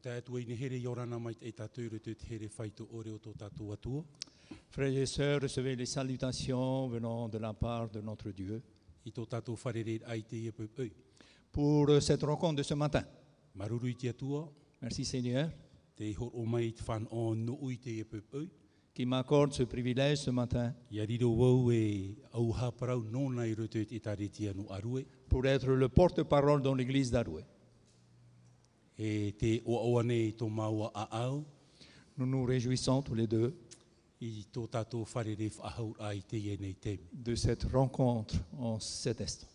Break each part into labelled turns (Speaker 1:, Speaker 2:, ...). Speaker 1: te atua i ne here i orana mai e tātūre tū te here whaito ore o tō tātou atua.
Speaker 2: Frères et sœurs, recevez les salutations venant de la part de notre Dieu
Speaker 1: I tō tātou wharere ai te ia pūpū.
Speaker 2: pour euh, cette rencontre de ce matin.
Speaker 1: Maruru i te atua,
Speaker 2: Merci Seigneur
Speaker 1: te hor o mai i te whan o no ui te ia pūpū.
Speaker 2: qui m'accorde ce privilège ce matin
Speaker 1: Ia riro wau e au haparau nōna i roto i tā reti anu arue.
Speaker 2: pour être le porte-parole dans l'église d'Arouet.
Speaker 1: E te oa oa nei tō maua a au,
Speaker 2: Nous nous réjouissons tous les deux
Speaker 1: i tō tātou wharere whaahau ai te ia nei teme.
Speaker 2: de cette rencontre en cet instant.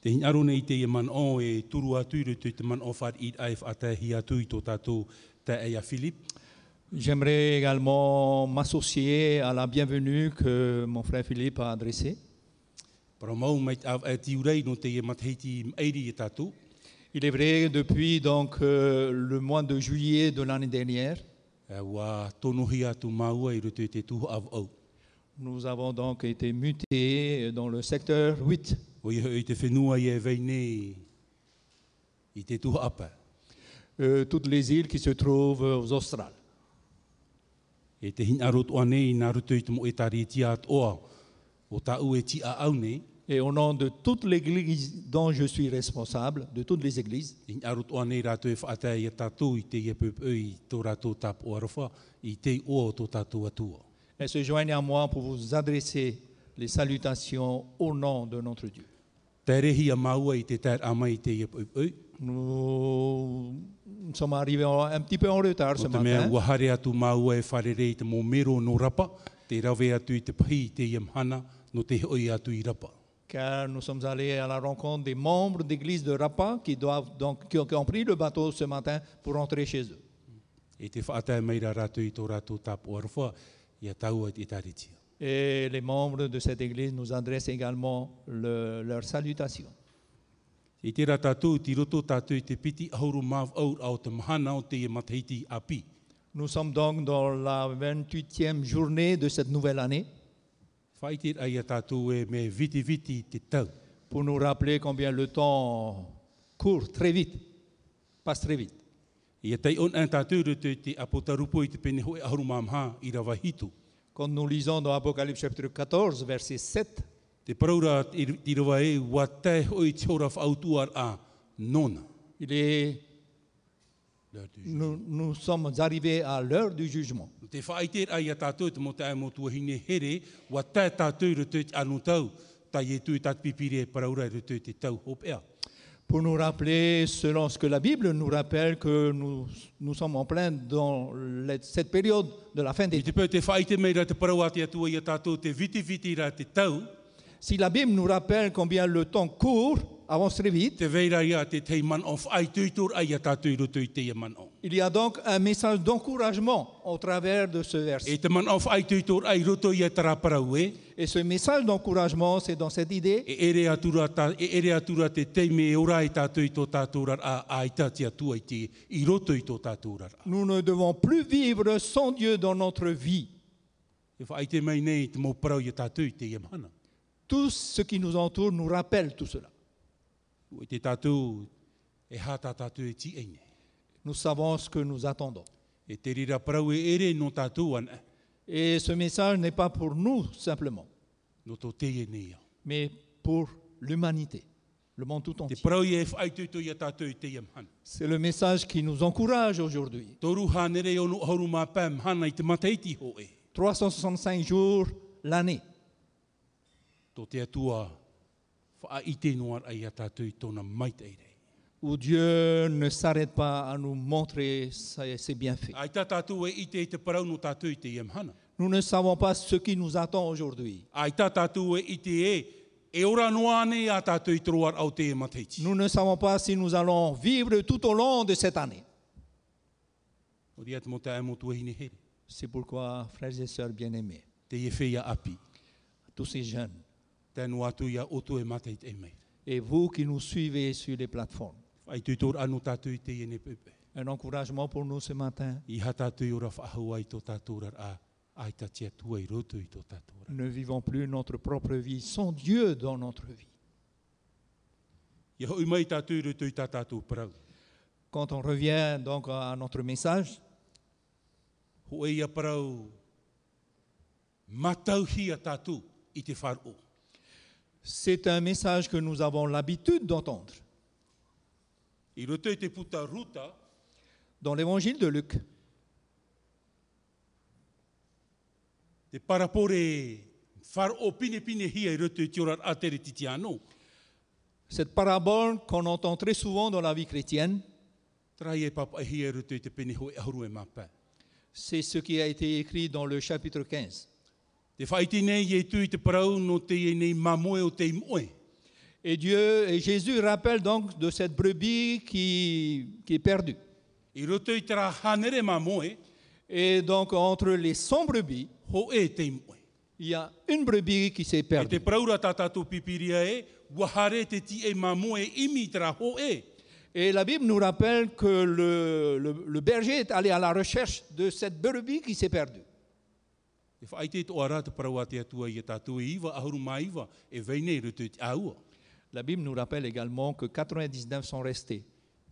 Speaker 1: Te hin aro nei te ia man o e turu atu i roto i te man o whar i aif a te hi atu i tō tātou te eia Philip.
Speaker 2: J'aimerais également m'associer à la bienvenue que mon frère Philippe a adressée.
Speaker 1: Para mau mai te awa ati urei no te ia matheiti eiri e i tātou.
Speaker 2: Il est vrai, depuis donc euh, le mois de juillet de l'année dernière,
Speaker 1: E wā tono hi atu maua i roto i te tuho av au.
Speaker 2: nous avons donc été mutés dans le secteur 8,
Speaker 1: O ia i te whenua i e vei nei i te tuho apa.
Speaker 2: euh, toutes les îles qui se trouvent aux Australes.
Speaker 1: E te hin arot oa nei nā roto i te mo e tari ti at oa o tā ue ti a au nei.
Speaker 2: Et au nom de toute l'église dont je suis responsable, de toutes les églises,
Speaker 1: Te Hin arot oa nei rātou e whaatea i a tātou i te ia pēpeu i tō rātou tāp o arofa i te oa o tō tātou atua.
Speaker 2: elles se joignent à moi pour vous adresser les salutations au nom de notre Dieu.
Speaker 1: Te rehi a maua i te tēr ama i te ia pēpeu.
Speaker 2: Nous, nous sommes arrivés en- un petit peu en retard ce
Speaker 1: O te mea
Speaker 2: matin.
Speaker 1: ua hare atu maua e wharere i te mō mero no rapa, te rawe atu i te pahi i te ia mhana no te hoi atu i rapa.
Speaker 2: car nous sommes allés à la rencontre des membres d'église de Rapa qui, doivent donc, qui ont, qui ont pris le bateau ce matin pour rentrer chez eux.
Speaker 1: E te whaatai mai rā rātou i tō rātou tāpu arofa i a taua i tāritia.
Speaker 2: Et les membres de cette église nous adressent également le- leurs salutations.
Speaker 1: I te rā tātou, ti roto tātou i te piti ahuru māv au au te mahana o te ia mataiti api.
Speaker 2: Nous sommes donc dans la 28e journée de cette nouvelle année
Speaker 1: Whai te ai a tātou e me viti viti te tau.
Speaker 2: pour nous rappeler combien le temps court très vite, passe très vite.
Speaker 1: I a tei on an tātou roto i te apotarupo i te pene hoi ahuru māmha i rawa hitu.
Speaker 2: Quand nous lisons dans Apocalypse chapitre 14, verset 7,
Speaker 1: Te paraura i i rawa e wā tai hoi te ora whautuar a nona.
Speaker 2: il est,
Speaker 1: Lea tu.
Speaker 2: nous, nous sommes arrivés à l'heure du jugement.
Speaker 1: Te whaite ai a tātou te mota e motua hine here, wa tā tātou rutu te anu tau, tā ye tū tāt pipire e paraura rutu te tau hopea.
Speaker 2: pour nous rappeler, selon ce que la Bible nous rappelle, que nous, nous sommes en plein dans la- cette période de la fin
Speaker 1: I
Speaker 2: des temps.
Speaker 1: te pēr te whaite mei rā te paraua te atua i a tātou te viti viti rā te tau,
Speaker 2: Si la Bible nous rappelle combien le temps court, avance très vite,
Speaker 1: te veira ia te tei man on whai tūtur ai a tātou rutu i te ia man on.
Speaker 2: il y a donc un message d'encouragement au travers de ce
Speaker 1: E
Speaker 2: verset.
Speaker 1: te man on whai tūtur ai rutu i a tara parau e,
Speaker 2: Et ce message d'encouragement, c'est dans cette idée
Speaker 1: e ere atura, ta, e ere atura te tei me e ora i tātou i tō tātou rara a ai tātia tua i te i rutu i tō tātou rara.
Speaker 2: nous ne devons plus vivre sans Dieu dans notre vie.
Speaker 1: E whaite mei nei te mō parau i a tātou i te ia mana.
Speaker 2: Tout ce qui nous entoure nous rappelle tout cela.
Speaker 1: O i te tātou e hātā tātou e ti eine.
Speaker 2: Nous savons ce que nous attendons.
Speaker 1: E te rira parau e ere no tātou ana,
Speaker 2: Et ce message n'est pas pour nous simplement.
Speaker 1: no tō teie nei au.
Speaker 2: mais pour l'humanité, le monde tout
Speaker 1: Te
Speaker 2: entier.
Speaker 1: parau i e whaitutu i a tātou i teie mhana.
Speaker 2: C'est le message qui nous encourage aujourd'hui.
Speaker 1: Toru hānere o no horu mā pā mhana i te mateiti ho e.
Speaker 2: 365 jours l'année.
Speaker 1: Tō te atua wha i te noar ai a tātou i tōna maita i rei.
Speaker 2: où Dieu ne s'arrête pas à nous montrer ses ses bienfaits.
Speaker 1: Ai tā tātou e i te i te parau no tātou i teie mhana.
Speaker 2: Nous ne savons pas ce qui nous attend aujourd'hui.
Speaker 1: Ai tā tātou e i te e, e ora noa nei a tātou i troar au te mateiti.
Speaker 2: Nous ne savons pas si nous allons vivre tout au long de cette année.
Speaker 1: O ria te mota e motu e hine here.
Speaker 2: C'est pourquoi, frères et sœurs bien-aimés,
Speaker 1: Te e whea api.
Speaker 2: tous ces jeunes,
Speaker 1: Tēnu atu ia oto e mateiti e meira.
Speaker 2: et vous qui nous suivez sur les plateformes,
Speaker 1: Ai tui tōra anu tātou i te iene pepe.
Speaker 2: un encouragement pour nous ce matin,
Speaker 1: I ha tātou i ora whaahau ai tō tātou rara a ai ta tia tua i roto i tō tātou rara.
Speaker 2: ne vivons plus notre propre vie sans Dieu dans notre vie.
Speaker 1: Ia hoi mai tātou i rātou i tā tātou parau.
Speaker 2: Quand on revient donc à notre message,
Speaker 1: Ho eia parau matauhia tātou i te whāro.
Speaker 2: c'est un message que nous avons l'habitude d'entendre.
Speaker 1: I rātou i te puta ruta,
Speaker 2: Dans l'évangile de Luc,
Speaker 1: te parapore whāro pine pine hia i rātou i te orar atere titi anō.
Speaker 2: cette parabole qu'on entend très souvent dans la vie chrétienne,
Speaker 1: Trai e papa e hia i rātou i te pene hoi ahuru e mapa.
Speaker 2: c'est ce qui a été écrit dans le chapitre 15.
Speaker 1: Te whaiti nei e tui te parau no te e nei mamoe o te moe.
Speaker 2: Et Dieu et Jésus rappelle donc de cette brebis qui, qui est perdue.
Speaker 1: I roto i tera hanere mamoe,
Speaker 2: Et donc entre les 100 brebis,
Speaker 1: ho e te moe.
Speaker 2: il y a une brebis qui s'est
Speaker 1: E te
Speaker 2: perdue.
Speaker 1: paraura tā tātou pipiria e, wahare te ti e mamoe imi i tera ho e.
Speaker 2: Et la Bible nous rappelle que le, le- le berger est allé à la recherche de cette brebis qui s'est perdue.
Speaker 1: Te whaiti te oara te paraua te atua i e tātou e iwa, ahuru mai iwa, e veinei roto i te aua.
Speaker 2: La Bible nous rappelle également que 99 sont restés.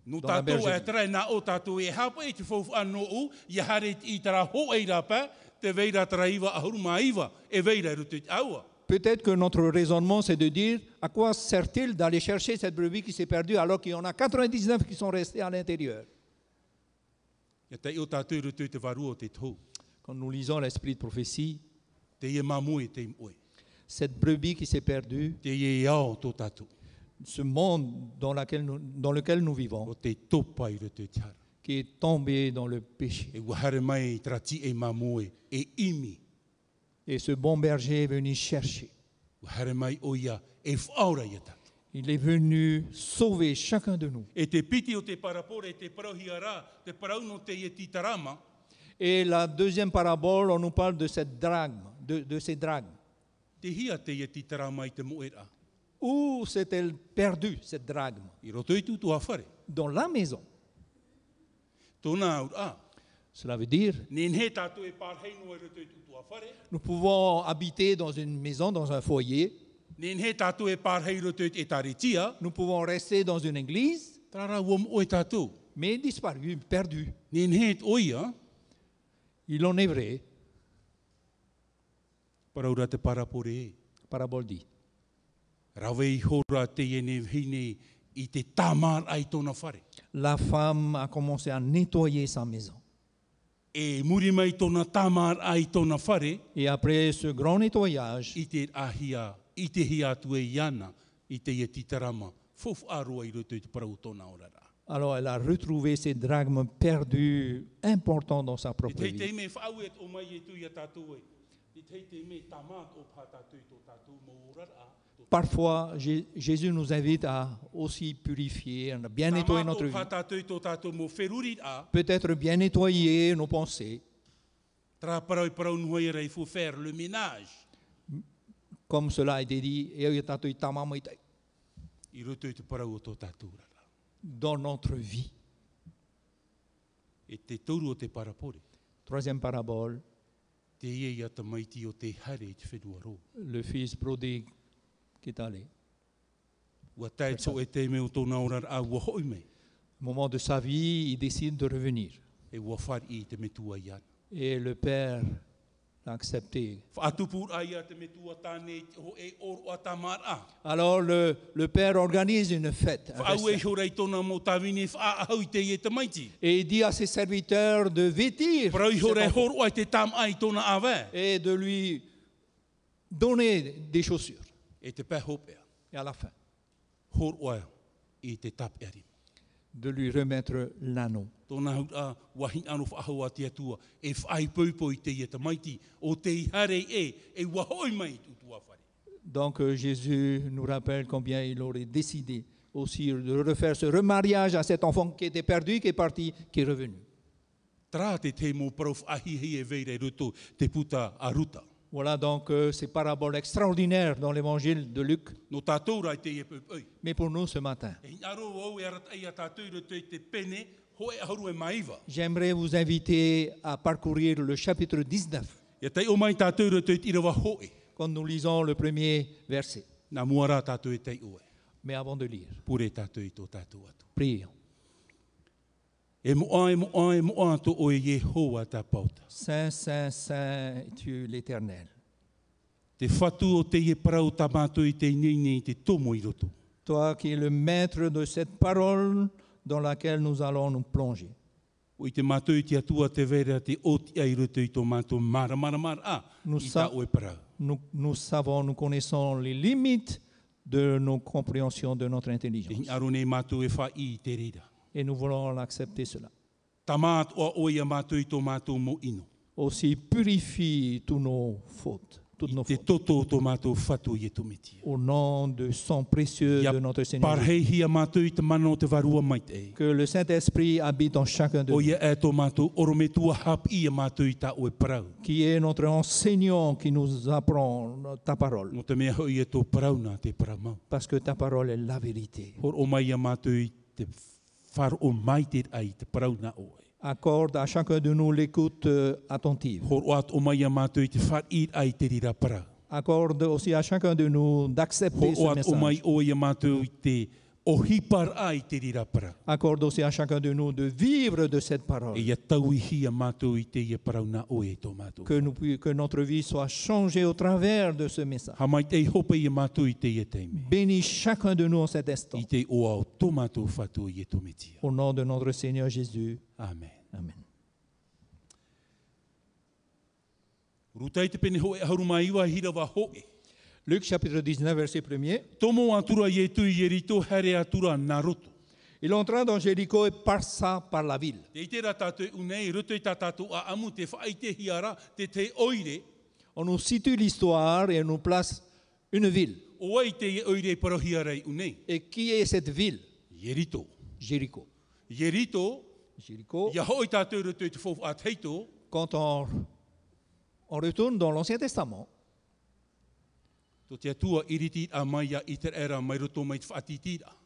Speaker 1: No
Speaker 2: Dona
Speaker 1: tātou
Speaker 2: Bergevin.
Speaker 1: e tera na o tātou e hapa e te fofu anō u, i hare i tera ho e rapa, te veira tera iwa, ahuru mai iwa, e veira roto i te aua.
Speaker 2: Peut-être que notre raisonnement, c'est de dire à quoi sert-il d'aller chercher cette brebis qui s'est perdue alors qu'il y en a 99 qui sont restés à l'intérieur
Speaker 1: Ia te i o tātou roto i te varua o te tō.
Speaker 2: Quand nous lisons l'esprit de prophétie,
Speaker 1: Te e mamoe te moe.
Speaker 2: cette brebis qui s'est perdue,
Speaker 1: Te e ao tō tātou.
Speaker 2: ce monde dans, laquelle nous- dans lequel nous vivons,
Speaker 1: O te topa i roto i te hara.
Speaker 2: qui est tombé dans le péché.
Speaker 1: E wahare mai i tera ti e mamoe, e imi.
Speaker 2: Et ce bon berger est venu chercher.
Speaker 1: Wahare mai o ia, e whaora i ta.
Speaker 2: Il est venu sauver chacun de nous.
Speaker 1: E te piti o te parapore, e te parauhia rā, te parau no te e titarama,
Speaker 2: Et la deuxième parabole, on nous parle de cette drachme, de, de ces drachmes.
Speaker 1: te hia te e titarama i te moera.
Speaker 2: Où s'est-elle perdue, cette drachme
Speaker 1: I roto i tūtu hawhare,
Speaker 2: Dans la maison.
Speaker 1: tōna aura.
Speaker 2: Cela veut dire,
Speaker 1: Ah, Nen he tātou e pārhei no e roto i tūtu hawhare,
Speaker 2: nous pouvons habiter dans une maison, dans un foyer,
Speaker 1: nen he tātou e pārhei roto i te taritia,
Speaker 2: nous pouvons rester dans une église,
Speaker 1: tarara uom o e tātou.
Speaker 2: mais disparu, perdu.
Speaker 1: Nen he t oia,
Speaker 2: Il en est vrai,
Speaker 1: paraura te parapore e.
Speaker 2: parabole dit.
Speaker 1: Rawe i hora te ene hine i te tamar ai tōna whare.
Speaker 2: La femme a commencé à nettoyer sa maison.
Speaker 1: E muri mai tōna tamar ai tōna whare
Speaker 2: Et après ce grand nettoyage,
Speaker 1: i te ahia, i te hia atu e iana, i te ia titarama. Fofu aroa i roto i te parau tōna orara.
Speaker 2: alors elle a retrouvé ces drachmes perdus, importants dans sa
Speaker 1: I
Speaker 2: propre
Speaker 1: tei te
Speaker 2: vie.
Speaker 1: me whau e o mai e tu i a tātou e. I tei te me tamat o pā tātou i tō tātou mō orara.
Speaker 2: Parfois, Jé- Jésus nous invite à aussi purifier, à bien nettoyer
Speaker 1: Tamat
Speaker 2: notre
Speaker 1: o
Speaker 2: vie.
Speaker 1: pā tātou i tō tātou mō wheruri a.
Speaker 2: Peut-être bien nettoyer nos pensées,
Speaker 1: Tra parau i parau nuhoi rei fō faire le ménage.
Speaker 2: comme cela a été dit, et au tatou tamamo itai,
Speaker 1: I roto i te parau o tō tātou orara.
Speaker 2: dans notre vie.
Speaker 1: E te toru o te parapore.
Speaker 2: Troisième parabole,
Speaker 1: Te ia ia te maiti o te hare i te whenua rō.
Speaker 2: le fils prodigue qui est allé.
Speaker 1: Ua tae tō e te me o tōna orar a ua hoi mei.
Speaker 2: Au moment de sa vie, il décide de revenir.
Speaker 1: E ua whari i te metua iana.
Speaker 2: Et le père l'a accepté.
Speaker 1: Whaatupur a ia te metua tāne i te- ho e oro a tamar a.
Speaker 2: Alors le, le père organise une fête. un
Speaker 1: Whaau e
Speaker 2: festin.
Speaker 1: hora i tōna mō tāwine whaahau i te i e te maiti.
Speaker 2: Et il dit à ses serviteurs de vêtir
Speaker 1: Parau i
Speaker 2: cet
Speaker 1: hora e
Speaker 2: enfant
Speaker 1: horo ai te tam ai tōna awe.
Speaker 2: et de lui donner des chaussures.
Speaker 1: E te pē hopea.
Speaker 2: Et à la fin,
Speaker 1: Horo ai i te tap e rima.
Speaker 2: de lui remettre l'anneau.
Speaker 1: Tōna hau a wahin anō whaahau a te atua. E whaai paupo i te i e te maiti. O te i hare e. E ua hoi mai tūtua whare.
Speaker 2: Donc euh, Jésus nous rappelle combien il aurait décidé aussi de refaire ce remariage à cet enfant qui était perdu, qui est parti, qui est revenu.
Speaker 1: Tra te te mō prof ahi hei e veire ruto te puta a ruta.
Speaker 2: Voilà donc euh, ces paraboles extraordinaires dans l'évangile de Luc.
Speaker 1: No tātou rai te e pēpēi.
Speaker 2: Mais pour nous ce matin,
Speaker 1: E hini aro au e arata i a tātou ruto i te pene, ho e ahuru e maiva.
Speaker 2: j'aimerais vous inviter à parcourir le chapitre 19
Speaker 1: E tei o mai tātou ruto i te irawa hoe.
Speaker 2: quand nous lisons le premier verset.
Speaker 1: Nā muara tātou e tei oe.
Speaker 2: Mais avant de lire,
Speaker 1: pure tātou i tō tātou atu.
Speaker 2: prions.
Speaker 1: E moa, e moa, e moa tō o Yehowa tā pauta.
Speaker 2: Saint, Saint, Saint, tu l'Éternel.
Speaker 1: Te whatu o te e parau tā mātou i te inene i te tomo i roto.
Speaker 2: Toi qui es le maître de cette parole dans laquelle nous allons nous plonger.
Speaker 1: O i te mātou i te atua te vera te oti ai roto i tō mātou mara mara mara a
Speaker 2: No
Speaker 1: i
Speaker 2: sa-
Speaker 1: tā oe parau.
Speaker 2: Nous, nous savons, nous connaissons les limites de nos compréhensions, de notre
Speaker 1: Te
Speaker 2: intelligence.
Speaker 1: hinaro nei mātou e wha i te reira.
Speaker 2: Et nous voulons accepter cela.
Speaker 1: Tā mātua o i a mātou i tō mātou mo ino.
Speaker 2: Aussi, purifie tous nos fautes, toutes
Speaker 1: I
Speaker 2: nos
Speaker 1: te
Speaker 2: fautes.
Speaker 1: toto o tō mātou whatu i e tō metia.
Speaker 2: Au nom du sang précieux
Speaker 1: Ia
Speaker 2: de notre Seigneur.
Speaker 1: parheihi a mātou i te mana o te varua mai te e.
Speaker 2: Que le Saint-Esprit habite en chacun de
Speaker 1: O
Speaker 2: nous.
Speaker 1: ia e tō mātou orometua hap i a mātou i tā oe parau.
Speaker 2: Qui est notre enseignant qui nous apprend ta parole.
Speaker 1: Ngō te mea hoi e tō parau nā te paramau.
Speaker 2: Parce que ta parole est la vérité.
Speaker 1: Hor o mai a mātou i te whar o mai te ai te parau nā o ai.
Speaker 2: Accorde à chacun de nous l'écoute euh, attentive.
Speaker 1: Hor o at o mai a mātou i te whar i ai te rira parau.
Speaker 2: Accorde aussi à chacun de nous d'accepter
Speaker 1: Hor o
Speaker 2: ce
Speaker 1: at o mai
Speaker 2: message.
Speaker 1: o i a mātou i te ohipar ai te rira parau.
Speaker 2: Accorde aussi à chacun de nous de vivre de cette parole.
Speaker 1: E ia tauihi a mātou i te ia parau nā o e tō mātou.
Speaker 2: Que, nous, pu- que notre vie soit changée au travers de ce message.
Speaker 1: Ha mai te hopa i a mātou i te ia teime.
Speaker 2: Bénis chacun de nous en cet instant.
Speaker 1: I te oa o tō mātou whatu i e tō metia.
Speaker 2: Au nom de notre Seigneur Jésus.
Speaker 1: Amen.
Speaker 2: Amen.
Speaker 1: Rutai te pene hoe haru mai iwa hira wa hoe.
Speaker 2: Luc chapitre 19, verset 1er.
Speaker 1: Tomo atura i e tui i e rito here atura nā roto.
Speaker 2: Il entra dans Jéricho et passa par la ville.
Speaker 1: Te i te rā tātou unei, roto i tā tātou a amu te whai te hiara, te te oire,
Speaker 2: On nous situe l'histoire et on nous place une ville.
Speaker 1: o ai te i oire paro hiara i unei.
Speaker 2: Et qui est cette ville
Speaker 1: Ierito.
Speaker 2: Jéricho.
Speaker 1: Ierito,
Speaker 2: Jéricho.
Speaker 1: ia hoi tātou roto i te fofu a teito,
Speaker 2: Quand on, on retourne dans l'Ancien Testament,
Speaker 1: to te atua iriti a mai a i te era mai roto mai te whaatitira.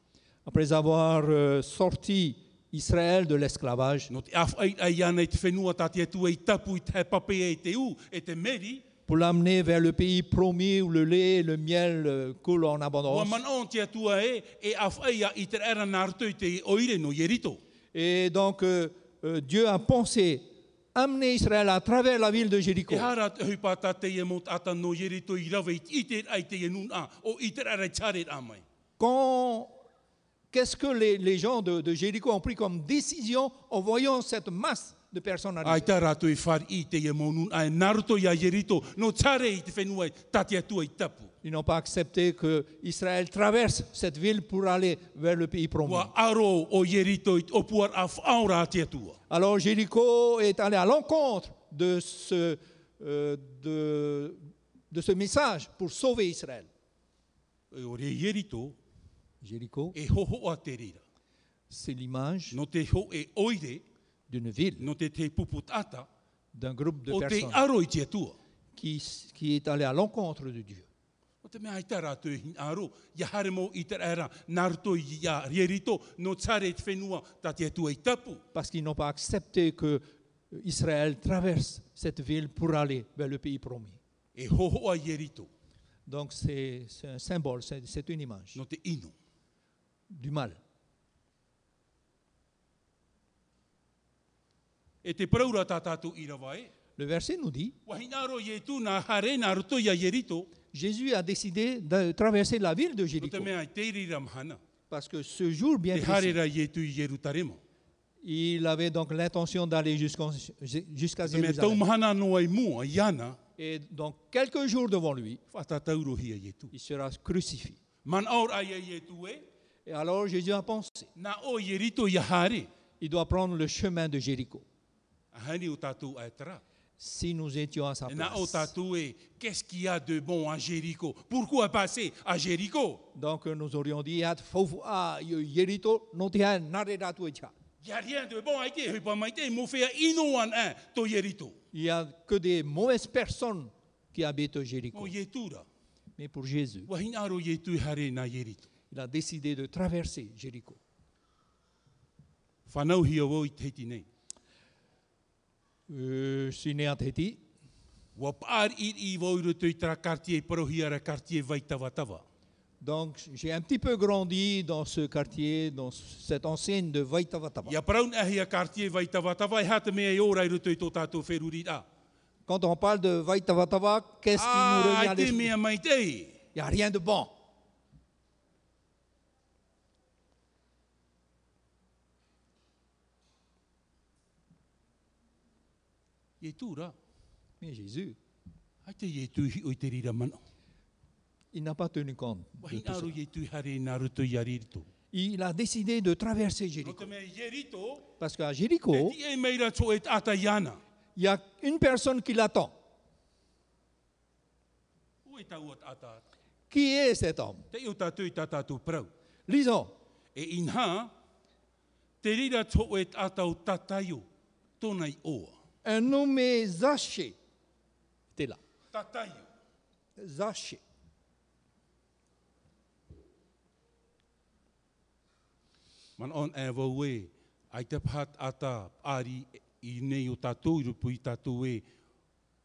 Speaker 2: après avoir euh, sorti Israël de l'esclavage
Speaker 1: No te awhai ai anei te whenua tā te atua i tapu i te pape e te u, e te meri,
Speaker 2: pour l'amener vers le pays promis où le lait et le miel euh, coulent en
Speaker 1: o
Speaker 2: abondance.
Speaker 1: man on te atua e, e awhai a i te era nā roto i te i oire no Ierito.
Speaker 2: Et donc euh, euh, Dieu a pensé amener Israël à travers la ville de Jéricho.
Speaker 1: E hara te hui pātā te e mot ata no yerito i rawe i te ai te e nun a, o i te ara tare a mai.
Speaker 2: Quand- Qu'est-ce que les, les gens de, de Jéricho ont pris comme décision en voyant cette masse de personnes
Speaker 1: Ai
Speaker 2: arriver
Speaker 1: tā rātou i whar i te e mo nun a, naruto i a yerito, no tare i te whenua i tati atua i tapu.
Speaker 2: Ils n'ont pas accepté que Israël traverse cette ville pour aller vers le pays promis.
Speaker 1: Wa aro o yerito i opuar a whaora te atua.
Speaker 2: Alors Jéricho est allé à l'encontre de ce, euh, de, de ce message pour sauver Israël.
Speaker 1: E o re yerito
Speaker 2: Jéricho,
Speaker 1: e hoho a te rira.
Speaker 2: c'est l'image
Speaker 1: No te ho e oire,
Speaker 2: d'une ville,
Speaker 1: no te te puput ata,
Speaker 2: d'un groupe de
Speaker 1: o te
Speaker 2: personnes
Speaker 1: aro i te atua.
Speaker 2: qui, qui est allé à l'encontre de Dieu.
Speaker 1: O te mea ai tā rātou e hin aro, ia hare mo i te ara, naruto i a yerito, no tare i te whenua tati atua i tapu.
Speaker 2: Parce qu'ils n'ont pas accepté que Israël traverse cette ville pour aller vers le pays promis.
Speaker 1: e hoho a ierito,
Speaker 2: Donc c'est c'est un symbole, c'est c'est une image
Speaker 1: no te ino.
Speaker 2: du mal.
Speaker 1: E te praura tā tātou i rawa e.
Speaker 2: Le verset nous dit,
Speaker 1: Wahinaro ye tu nā hare nā roto ia ierito,
Speaker 2: Jésus a décidé de traverser la ville de
Speaker 1: no
Speaker 2: Jéricho
Speaker 1: te mea i teiri ramhana.
Speaker 2: parce que ce jour bien
Speaker 1: Te hare
Speaker 2: précis,
Speaker 1: ra ye tu i Yerutaremo.
Speaker 2: il avait donc l'intention d'aller jusqu'en- jusqu'à
Speaker 1: Te mea tau
Speaker 2: Jérusalem.
Speaker 1: mahana no ai mua, i ana,
Speaker 2: Et donc quelques jours devant lui,
Speaker 1: whatatauro hia ye tu.
Speaker 2: il sera crucifié.
Speaker 1: Man aur ai ai ye tu e,
Speaker 2: Et alors Jésus a pensé,
Speaker 1: nā o ierito ia hare.
Speaker 2: il doit prendre le chemin de Jéricho.
Speaker 1: Ahani o tātou ai tara.
Speaker 2: Si nous étions à sa
Speaker 1: E nā o
Speaker 2: place,
Speaker 1: tātou e, qu'est-ce qu'il y a e de bon à Jéricho? Pourquoi passer à Jéricho?
Speaker 2: donc nous aurions dit, Iat fofu a ah, yo Jéricho, non te hain narera tu echa.
Speaker 1: Il n'y a rien de bon à été, hui pa maite, mo fea ino an un, to Jericho.
Speaker 2: il n'y a que des mauvaises personnes qui habitent
Speaker 1: Mo
Speaker 2: Jéricho.
Speaker 1: ye tu ra.
Speaker 2: Mais pour Jésus,
Speaker 1: Wahin aro ye tui hare nā ierito.
Speaker 2: il a décidé de traverser Jéricho.
Speaker 1: Whanau hi o i teiti nei.
Speaker 2: Euh, je suis né en Tahiti.
Speaker 1: Wa pār i i wau i roto i tara kartie parohi ara kartie vai tawa tawa.
Speaker 2: Donc j'ai un petit peu grandi dans ce quartier, dans cette enseigne de Vaitavatava.
Speaker 1: Ia paraun ahi a kartie vai tawa e hata mea e ora i rutu i tō tātou wheruri a.
Speaker 2: Quand on parle de Vaitavatava, qu'est-ce qui nous
Speaker 1: Ah,
Speaker 2: revient à
Speaker 1: ai te
Speaker 2: l'esprit
Speaker 1: mea mai tei.
Speaker 2: Il n'y a rien de bon.
Speaker 1: Ie tūra.
Speaker 2: Mais Jésus,
Speaker 1: Ai te ie tūhi o i te rira mana.
Speaker 2: il n'a pas tenu compte. de
Speaker 1: Wahi
Speaker 2: tout ça.
Speaker 1: aru ie tūhi hare i nā rutu i a ririto.
Speaker 2: Il a décidé de traverser
Speaker 1: No
Speaker 2: Jéricho.
Speaker 1: te mea i e rito,
Speaker 2: Parce qu'à
Speaker 1: e
Speaker 2: Jéricho,
Speaker 1: ti e meira tō e ata iana.
Speaker 2: il y a une personne qui l'attend.
Speaker 1: O e tau at ata.
Speaker 2: Qui est cet homme
Speaker 1: Te i o tātou i tā tātou parau.
Speaker 2: Lisons.
Speaker 1: E inha, te rira tō e ata o tataio, tōna i oa.
Speaker 2: Un nommé Zaché était là.
Speaker 1: Tataio.
Speaker 2: Zaché.
Speaker 1: Man on e wau e, ai te pahat ata ari i nei o tātou i rupu i tātou e,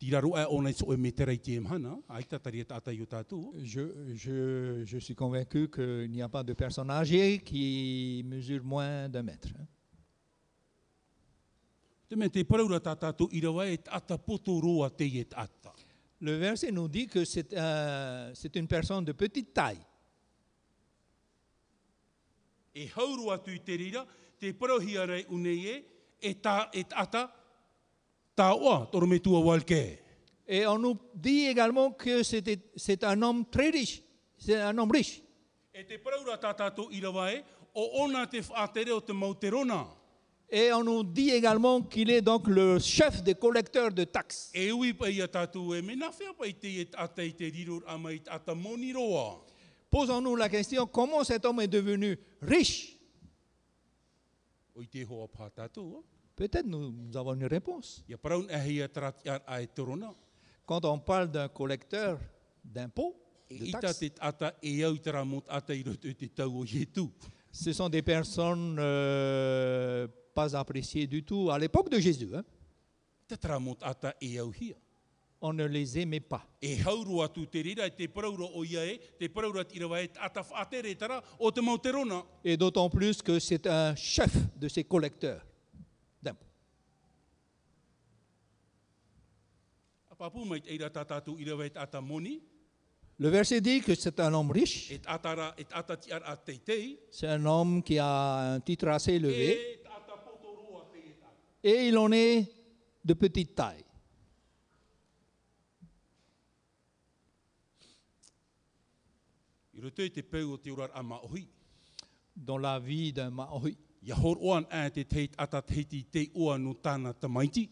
Speaker 1: tiraro e ona i so e me terai te emhana, ai te tari e tata i o tātou.
Speaker 2: Je, je- je suis convaincu qu'il n'y a pas de personne âgée qui mesure moins d'un mètre. hein.
Speaker 1: Te me te paraura tā tātou i rawa e tata poto roa te i e tata.
Speaker 2: Le verset nous dit que c'est un- c'est une personne de petite taille.
Speaker 1: E hauru atu i te rira, te parauhi arai unei e, e tā e tata, tā oa, toro me tua walke.
Speaker 2: Et on nous dit également que c'était- c'est un homme très riche. C'est un homme riche.
Speaker 1: E te paraura tā tātou i rawa e, o ona te whaatere o te mauterona.
Speaker 2: Et on nous dit également qu'il est donc le chef des collecteurs de taxes.
Speaker 1: E ui pa ia tātou e mena whea pa i te e ata i te riro ama i ata moni roa.
Speaker 2: Posons-nous la question comment cet homme est devenu riche
Speaker 1: O i te hoa pā tātou. a.
Speaker 2: Peut-être nous, nous avons une réponse.
Speaker 1: Ia paraun e hei a tarati ar a e torona.
Speaker 2: Quand on parle d'un collecteur d'impôts,
Speaker 1: E
Speaker 2: de
Speaker 1: ita
Speaker 2: taxes,
Speaker 1: te ata e au i tara mot ata i roto i te tau o Ietu.
Speaker 2: ce sont des personnes euh, pas appréciées du tout à l'époque de Jésus. hein.
Speaker 1: Te tara mot ata e au hia.
Speaker 2: On ne les aimait pas.
Speaker 1: E hauro atu te rira i te paraura o ia e, te paraura i rawa e ata whaatere tara o te mauterona.
Speaker 2: Et d'autant plus que c'est un chef de ces collecteurs d'impôts.
Speaker 1: A papu mai te eira tā tātou i rawa e ata moni,
Speaker 2: Le verset dit que c'est un homme riche,
Speaker 1: e atara, e ata ti ar a teitei,
Speaker 2: c'est un homme qui a un titre assez élevé.
Speaker 1: e ata potoroa te e tata.
Speaker 2: et il en est de petite taille.
Speaker 1: I roto i te peu o te urar ama ohi.
Speaker 2: Dans la vie d'un Maori,
Speaker 1: Ia hor oan a te teit ata teiti te oa no tāna tamaiti.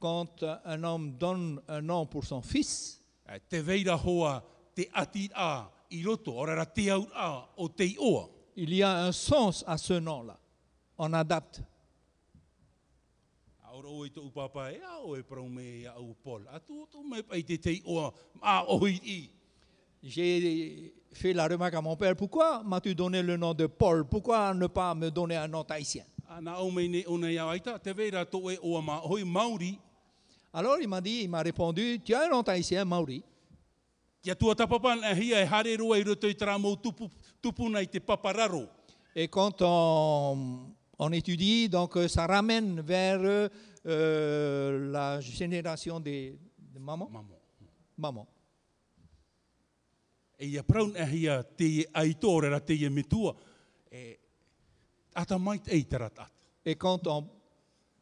Speaker 2: quand un homme donne un an pour son fils,
Speaker 1: Eh, Te veira hoa te ati a i roto, orara te au a o te oa.
Speaker 2: il y a un sens à ce nom-là. On adapte.
Speaker 1: Aora o i tō upapa e a o e parau me e a au pol. A tō tō me pai te te oa a ohi i.
Speaker 2: J'ai fait la remarque à mon père, pourquoi m'as-tu donné le nom de Paul Pourquoi ne pas me donner un nom tahitien
Speaker 1: A nā au mei ne o nei au aita, te veira tō e oa ma hoi mauri.
Speaker 2: Alors il m'a dit, il m'a répondu, tu as un nom tahitien, Maori.
Speaker 1: Kia tua tapapan a hia e hare roa i roto i tara mou tupu, tupuna i te papararo.
Speaker 2: Et quand on, on étudie, donc euh, ça ramène vers euh, euh, la génération des, des mamans.
Speaker 1: Mamo.
Speaker 2: Maman.
Speaker 1: E ia praun a hia te e aito orara te e mitua. E, ata mai te eitara tata.
Speaker 2: Et quand on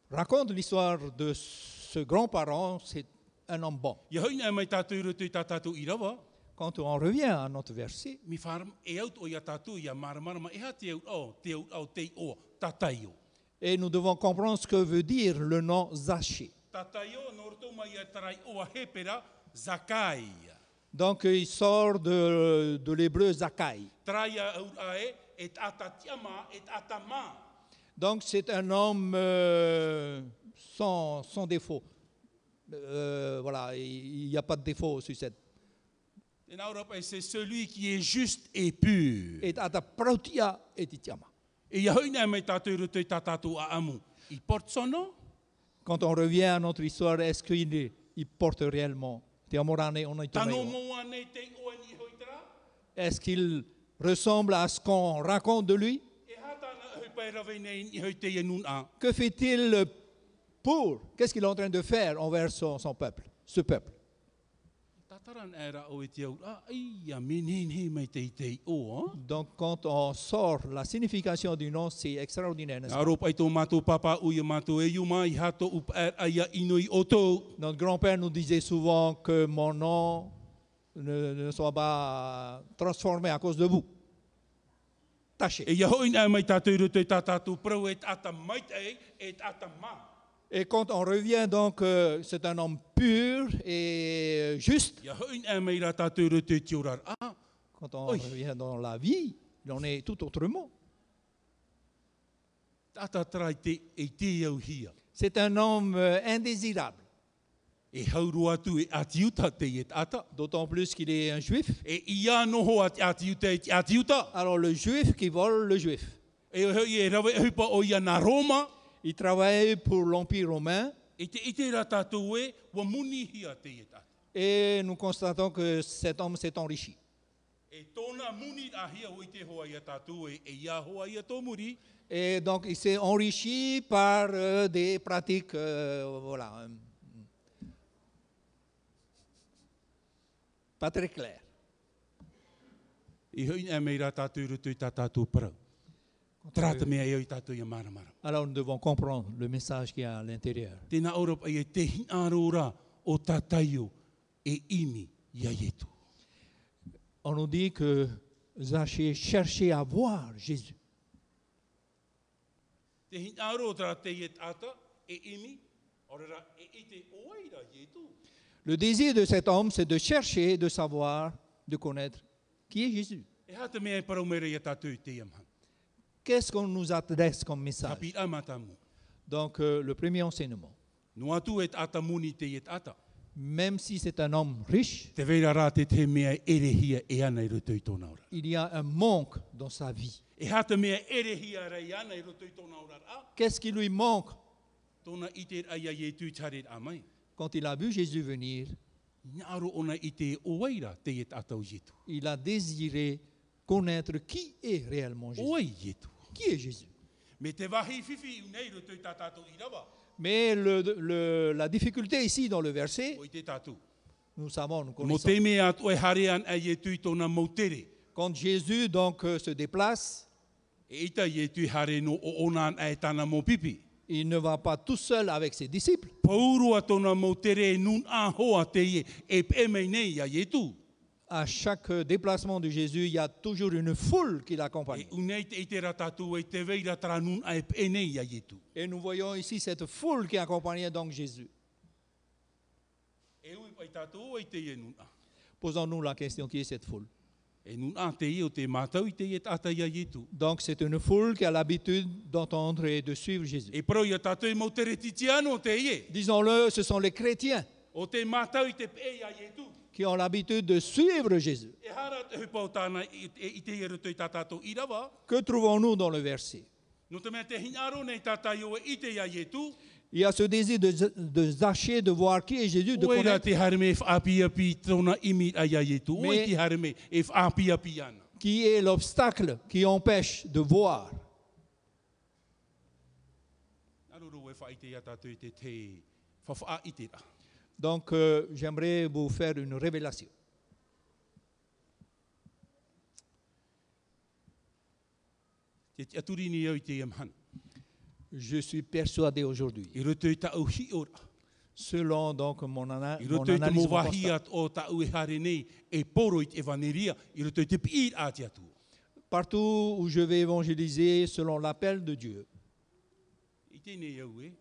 Speaker 2: raconte l'histoire de ce grand-parent, c'est un homme bon.
Speaker 1: Ia hoi nei mai tātou i roto i tā tātou i rawa,
Speaker 2: Quand on revient à notre verset,
Speaker 1: mi wharam e aut o ia tātou ia maramarama, e ha te aut au, te aut au, te o, tātai o.
Speaker 2: et nous devons comprendre ce que veut dire le nom Zaché.
Speaker 1: Tātai o, norto mai ia tarai o a hepera, zakai.
Speaker 2: Donc il sort de, de l'hébreu Zakai.
Speaker 1: Tarai a aut a e, e tāta tiama, e tāta mā.
Speaker 2: Donc c'est un homme euh, sans, sans défaut. Euh, voilà, il n'y a pas de défaut sur cette.
Speaker 1: En Europe, c'est celui qui est juste et pur.
Speaker 2: Et ata prautia et titiama.
Speaker 1: E ia hoi nei mai tātou i roto i tā tātou a amu. I porte son nom,
Speaker 2: Quand on revient à notre histoire, est-ce qu'il est- il porte réellement Te amorane, on est tombé.
Speaker 1: tano moa nei te o ni hoi tara,
Speaker 2: Est-ce qu'il ressemble à ce qu'on raconte de lui
Speaker 1: E hātana hau pai rawe nei i hau te ienun a.
Speaker 2: Que fait-il pour Qu'est-ce qu'il est en train de faire envers son, son peuple, ce peuple
Speaker 1: Tataran e ra o e te au, a ia menen he mai te i te i o, ha?
Speaker 2: Donc quand on sort la signification du nom, c'est extraordinaire. n'est-ce
Speaker 1: Nā rōpa i tō mātou papa ui a mātou e iuma i hato upa e aia ino i o tōu.
Speaker 2: pas Notre grand-père nous disait souvent que mon nom ne, ne soit pas transformé à cause de vous. Tâchez.
Speaker 1: E ia hoi nā mai tātou i roto i tā tātou prau e tāta mait e, e tāta mā.
Speaker 2: Et quand on revient donc, euh, c'est un homme pur et juste.
Speaker 1: Ia hoi nā mai rā tātou i roto i te orar. Ah,
Speaker 2: Quand on
Speaker 1: Oui.
Speaker 2: revient dans la vie, on est tout autrement.
Speaker 1: tāta tara i te, e te au hia.
Speaker 2: C'est un homme euh, indésirable,
Speaker 1: E hauro atu e atiuta te i e tāta.
Speaker 2: d'autant plus qu'il est un juif.
Speaker 1: E ia noho ati atiuta e te atiuta.
Speaker 2: Alors le juif qui vole le juif.
Speaker 1: E hoi e rawe e hupa o ia nā Roma.
Speaker 2: Il travaille pour l'Empire romain
Speaker 1: E te ite rā tātou e, wa muni hia te i e tāta.
Speaker 2: et nous constatons que cet homme s'est enrichi.
Speaker 1: E tōna muni a hia o i te hoa i a tātou e, e ia hoa i a tō muri.
Speaker 2: Et donc il s'est enrichi par euh, des pratiques, euh, voilà, euh, pas très claires.
Speaker 1: I hui nā mei rā tātou i rutu i tā tātou parau. Trata mea e au i tātou i a maramara.
Speaker 2: Alors nous devons comprendre le message qu'il y a à l'intérieur.
Speaker 1: Tēnā Europa i e te hinaro rā o tātaio e imi i e a ietu.
Speaker 2: On nous dit que Zachée cherchait à voir Jésus.
Speaker 1: Te hinaro rā te i e tāta e imi, ora rā e i e te oai rā ietu.
Speaker 2: Le désir de cet homme, c'est de chercher, de savoir, de connaître qui est Jésus.
Speaker 1: E hata mea e parau mera i a tātou i te iamhan.
Speaker 2: Qu'est-ce qu'on nous adresse comme message
Speaker 1: Tapi a matamu.
Speaker 2: Donc euh, le premier enseignement,
Speaker 1: No atu e tāta muni te i e tāta.
Speaker 2: même si c'est un homme riche,
Speaker 1: Te veira rā te te mea erehia e ana i rutu i tōna ora.
Speaker 2: il y a un manque dans sa vie.
Speaker 1: E hata mea erehia rā i ana i rutu i tōna ora rā.
Speaker 2: Qu'est-ce qui lui manque
Speaker 1: Tōna i te ai a ietu i tare amai.
Speaker 2: quand il a vu Jésus venir
Speaker 1: Ngāro ona i te oeira te e tātou ietu.
Speaker 2: Il a désiré connaître qui est réellement Jésus.
Speaker 1: Oei ietu.
Speaker 2: Qui est Jésus
Speaker 1: Me te wahi whiwhi i nei roto i tā tātou i rawa,
Speaker 2: Mais le- le- la difficulté ici dans le verset,
Speaker 1: o i te tātou.
Speaker 2: nous savons, nous
Speaker 1: Mo
Speaker 2: connaissons.
Speaker 1: te mea atu e harean a ietu i tōna mautere.
Speaker 2: Quand Jésus donc euh, se déplace,
Speaker 1: E ita ietu i hare no o onan a e tāna mō pipi.
Speaker 2: il ne va pas tout seul avec ses disciples.
Speaker 1: Paurua tōna mautere e nun a hoa te ie, e pēmei nei a ietu.
Speaker 2: À chaque euh, déplacement de Jésus, il y a toujours une foule qui
Speaker 1: E
Speaker 2: l'accompagne.
Speaker 1: unei te i te rā tātou e te veira tara nun a e pēnei a ietu.
Speaker 2: Et nous voyons ici cette foule qui accompagnait donc Jésus.
Speaker 1: E ui pai tātou e te ie nun a.
Speaker 2: Posons-nous la question qui est cette foule.
Speaker 1: E nun a te ie o te mātau i te ie tātai e a ietu.
Speaker 2: Donc c'est une foule qui a l'habitude d'entendre et de suivre Jésus.
Speaker 1: E pro ia tātou i mautere titi anō te ie.
Speaker 2: Disons-le, ce sont les chrétiens
Speaker 1: O te mātau i te pē a ietu.
Speaker 2: qui ont l'habitude de suivre Jésus.
Speaker 1: E hara te hupau tāna i, e- i te ieru tui tā tātou i rawa,
Speaker 2: Que trouvons-nous dans le verset
Speaker 1: no te mea te hinaro nei tātai o e i te ia ietu,
Speaker 2: Il y a ce désir de, de Zachée de voir qui est Jésus, de
Speaker 1: oera
Speaker 2: connaître
Speaker 1: te harme e whaapiapi tōna imi a ia ietu, o
Speaker 2: Me-
Speaker 1: e te harme e whaapiapi ana.
Speaker 2: qui est l'obstacle qui empêche de voir.
Speaker 1: Aroro e wha i te ia tātou i te te whawha i te ra.
Speaker 2: Donc euh, j'aimerais vous faire une révélation.
Speaker 1: Te te aturini au i te iamhan,
Speaker 2: Je suis persuadé aujourd'hui,
Speaker 1: i roto i tau hi ora,
Speaker 2: selon donc mon, ana-
Speaker 1: i
Speaker 2: mon
Speaker 1: roto i te
Speaker 2: analyse, mon
Speaker 1: mowahi
Speaker 2: constat,
Speaker 1: at o tau e hare nei, e poro i te evaneria, i roto i te piir a te atu.
Speaker 2: partout où je vais évangéliser selon l'appel de Dieu,
Speaker 1: I tēnei au e,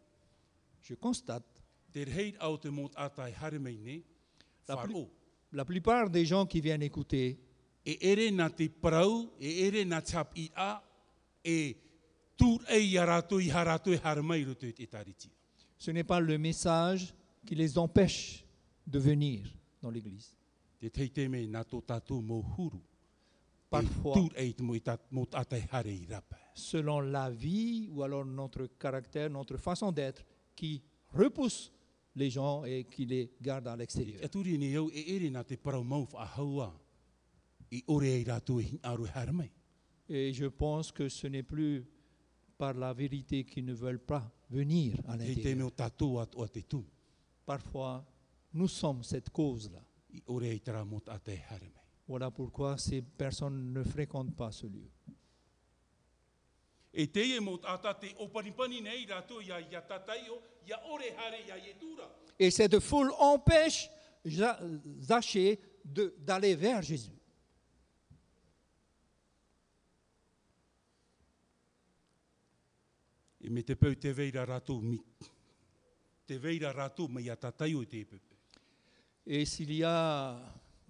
Speaker 2: je constate
Speaker 1: te reit au te mōt atai harme nei,
Speaker 2: La plu-
Speaker 1: wharo.
Speaker 2: la plupart des gens qui viennent écouter
Speaker 1: e ere nā te parau, e ere nā tap i a, e tūr e i a rātou i harātou e haramai roto i te taritia.
Speaker 2: Ce n'est pas le message qui les empêche de venir dans l'Église.
Speaker 1: Te teite me nā tō tātou mō huru, e
Speaker 2: Parfois,
Speaker 1: tūr e i te mō i tā- mō tātai hare i rapa.
Speaker 2: selon la vie ou alors notre caractère, notre façon d'être, qui repousse les gens et qui les garde à
Speaker 1: E
Speaker 2: l'extérieur.
Speaker 1: aturi ni au e ere nā te parau mau wha haua, i ore i rātou e hin aru e hara mai.
Speaker 2: Et je pense que ce n'est plus par la vérité qu'ils ne veulent pas venir à
Speaker 1: Hei te
Speaker 2: l'intérieur.
Speaker 1: meo tātou atu a te tū.
Speaker 2: Parfois, nous sommes cette cause-là.
Speaker 1: I ore i tara mot a te hara mai.
Speaker 2: Voilà pourquoi ces personnes ne fréquentent pas ce lieu.
Speaker 1: E te e mot ata te opanipani nei rātou ia ia tataio, ia ore hare ia ia tūra.
Speaker 2: Et cette foule empêche Ja- Zachée de- d'aller vers Jésus.
Speaker 1: E me te pau te veira rātou mi. Te veira rātou mai ia tataio i te pepe.
Speaker 2: Et s'il y a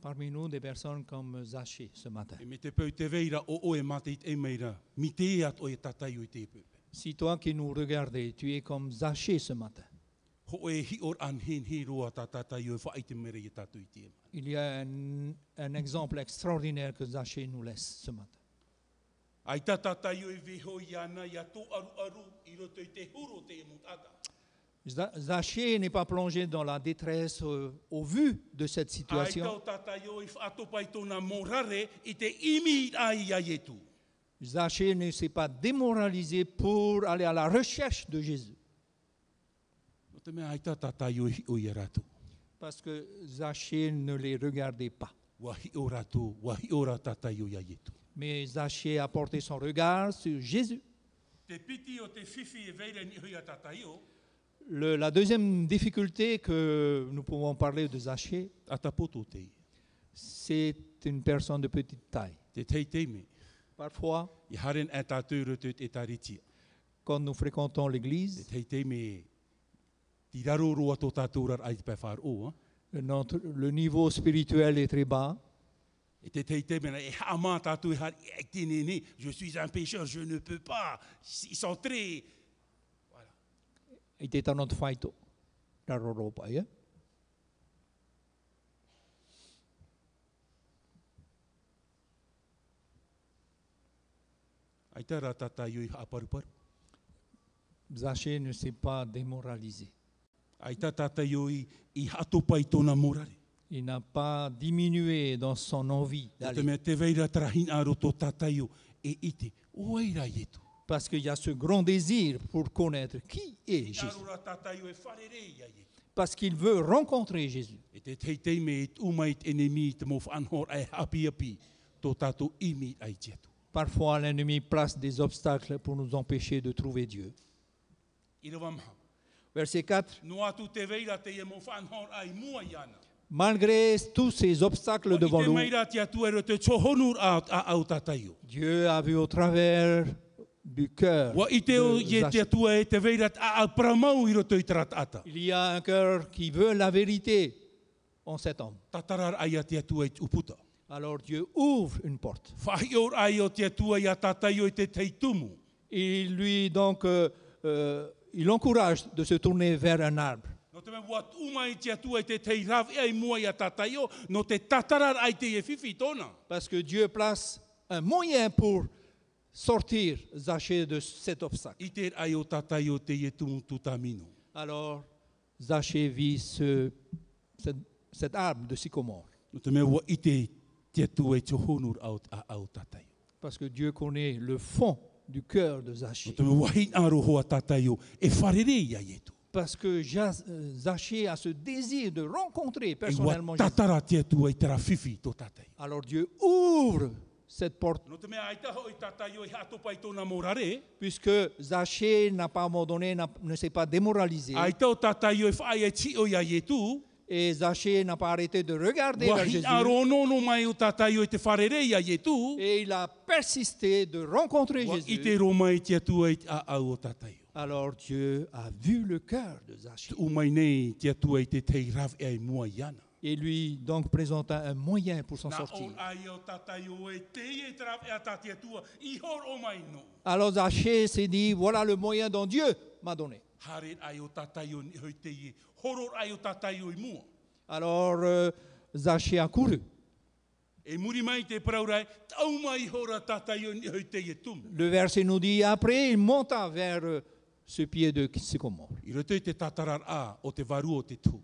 Speaker 2: parmi nous des personnes comme Zachée ce matin,
Speaker 1: E me te pau te veira o oe mate i te meira, mi te e ato e tataio i te pepe.
Speaker 2: si toi qui nous regardais, tu es comme Zachée ce matin,
Speaker 1: Ho e hi or an hen he roa ta tataio e whaite mere i tātou i te e ema.
Speaker 2: il y a un, un exemple extraordinaire que Zachée nous laisse ce matin.
Speaker 1: Ai ta tataio e veho i ana i ato aru aru i roto i te huro te e mot ata.
Speaker 2: Za- Zachée n'est pas plongé dans la détresse euh, au vu de cette
Speaker 1: Ai
Speaker 2: situation.
Speaker 1: tau tataio i ato pai tōna morare i te imi ai e a ietu.
Speaker 2: Zachée ne s'est pas démoralisé pour aller à la recherche de Jésus.
Speaker 1: No te mea ai ta tataio e hi o i a rātou.
Speaker 2: Parce que Zachée ne les regardait pas.
Speaker 1: Wa hi o rātou, wa hi o rā tataio i a ietu.
Speaker 2: Mais Zachée a porté son regard sur Jésus.
Speaker 1: Te piti o te fifi e veira ni hui a tataio,
Speaker 2: Le- la deuxième difficulté que nous pouvons parler de Zachée,
Speaker 1: a tapoto te i.
Speaker 2: c'est une personne de petite taille.
Speaker 1: Te tei teime,
Speaker 2: Parfois,
Speaker 1: i haren e tātou roto e taritia.
Speaker 2: quand nous fréquentons
Speaker 1: Te
Speaker 2: l'Église,
Speaker 1: tei teime e tiraro roa tō tātou rar ai te pēwhār o, ha?
Speaker 2: notre- le niveau spirituel est très bas.
Speaker 1: Et t'es- t'es- t'es- mais, eh, ama, tatou, har, eh, t'es néné, Je suis un pécheur, je ne peux pas. Ils sont très.
Speaker 2: Il était un autre faito. La roropa, yeah?
Speaker 1: Aïta ratata yo aparupar.
Speaker 2: Zachée ne s'est pas démoralisé.
Speaker 1: Aïta tata yo i i hatopai tona morare.
Speaker 2: Il n'a pas diminué dans son envie
Speaker 1: Te
Speaker 2: d'aller.
Speaker 1: me te veira trahin aro to tata yo e ite. Oeira e yetu.
Speaker 2: Parce qu'il y a ce grand désir pour connaître qui est Jésus.
Speaker 1: Aro ratata yo e wharere ia yetu.
Speaker 2: Parce qu'il veut rencontrer Jésus.
Speaker 1: E te teitei me et umait enemi te mof anhor ai api api. To tatou imi ai jetu.
Speaker 2: Parfois, l'ennemi place des obstacles pour nous empêcher de trouver Dieu.
Speaker 1: Iravamha.
Speaker 2: Verset 4.
Speaker 1: No atu te veira te e mof anhor ai mua iana.
Speaker 2: Malgré tous ces obstacles devant nous,
Speaker 1: I te meira te atu e roto e tohonu a, a, au tataio.
Speaker 2: Dieu a vu au travers du cœur.
Speaker 1: Wa i te o
Speaker 2: de
Speaker 1: ye te
Speaker 2: Zachée.
Speaker 1: atua e te veira te a, a pramau i roto i tarat ata.
Speaker 2: Il y a un cœur qui veut la vérité en cet homme.
Speaker 1: Tatarar ai a te atua i te uputa.
Speaker 2: Alors Dieu ouvre une porte.
Speaker 1: Whahi or ai o te atua i a tataio i te teitumu.
Speaker 2: Il lui donc, euh, euh, il l'encourage de se tourner vers un arbre.
Speaker 1: No te me wat uma i te atua i te teirav e ai mua i a tataio, no te tatarar ai te e fifi tona.
Speaker 2: Parce que Dieu place un moyen pour sortir Zachée de cet obstacle.
Speaker 1: I te ai o tataio te e tumu tutamino.
Speaker 2: Alors Zachée vit ce, cet, cet arbre de sycomore.
Speaker 1: No te me wa i te te atua i tohonur au, a, au tataio.
Speaker 2: Parce que Dieu connaît le fond du cœur de
Speaker 1: No
Speaker 2: Zachée.
Speaker 1: te me wahin aro hoa tataio e wharere i a ietu.
Speaker 2: Parce que Ja- euh, Zachée a ce désir de rencontrer
Speaker 1: E wa
Speaker 2: personnellement Jésus.
Speaker 1: tatara te atua i tera fifi tō tataio.
Speaker 2: Alors Dieu ouvre cette porte
Speaker 1: No te mea aita hoi tata ioi hato pai tōna morare.
Speaker 2: puisque Zachée n'a pas abandonné, n'a- ne s'est pas démoralisé.
Speaker 1: Aita o tata ioi whaai e ti oi a ietu.
Speaker 2: Et Zachée n'a pas arrêté de regarder vers
Speaker 1: Wahi
Speaker 2: Jésus.
Speaker 1: arono no mai o tata ioi te wharere i a ietu.
Speaker 2: Et il a persisté de rencontrer
Speaker 1: Wa i te
Speaker 2: Jésus.
Speaker 1: roma i te atua i a au o tata ioi.
Speaker 2: Alors Dieu a vu le cœur de Zachée
Speaker 1: Umai nei te atua i te teirav e ai mua iana.
Speaker 2: et lui donc présenta un moyen pour s'en
Speaker 1: Na
Speaker 2: sortir.
Speaker 1: on ai o tata ioi te i e trav e a tata atua i hor o mai no.
Speaker 2: Alors Zachée s'est dit, voilà le moyen dont Dieu m'a donné.
Speaker 1: Hare ai o tata ioi ni hoi te i horor ai o tata ioi mua.
Speaker 2: Alors euh, Zachée a couru.
Speaker 1: E muri mai te paraurai, tau mai hora tata ioi ni hoi te i tumu.
Speaker 2: Le verset nous dit, après il monta vers euh, ce pied de sycomore.
Speaker 1: I roto i te tatarar a o te varu o te tū.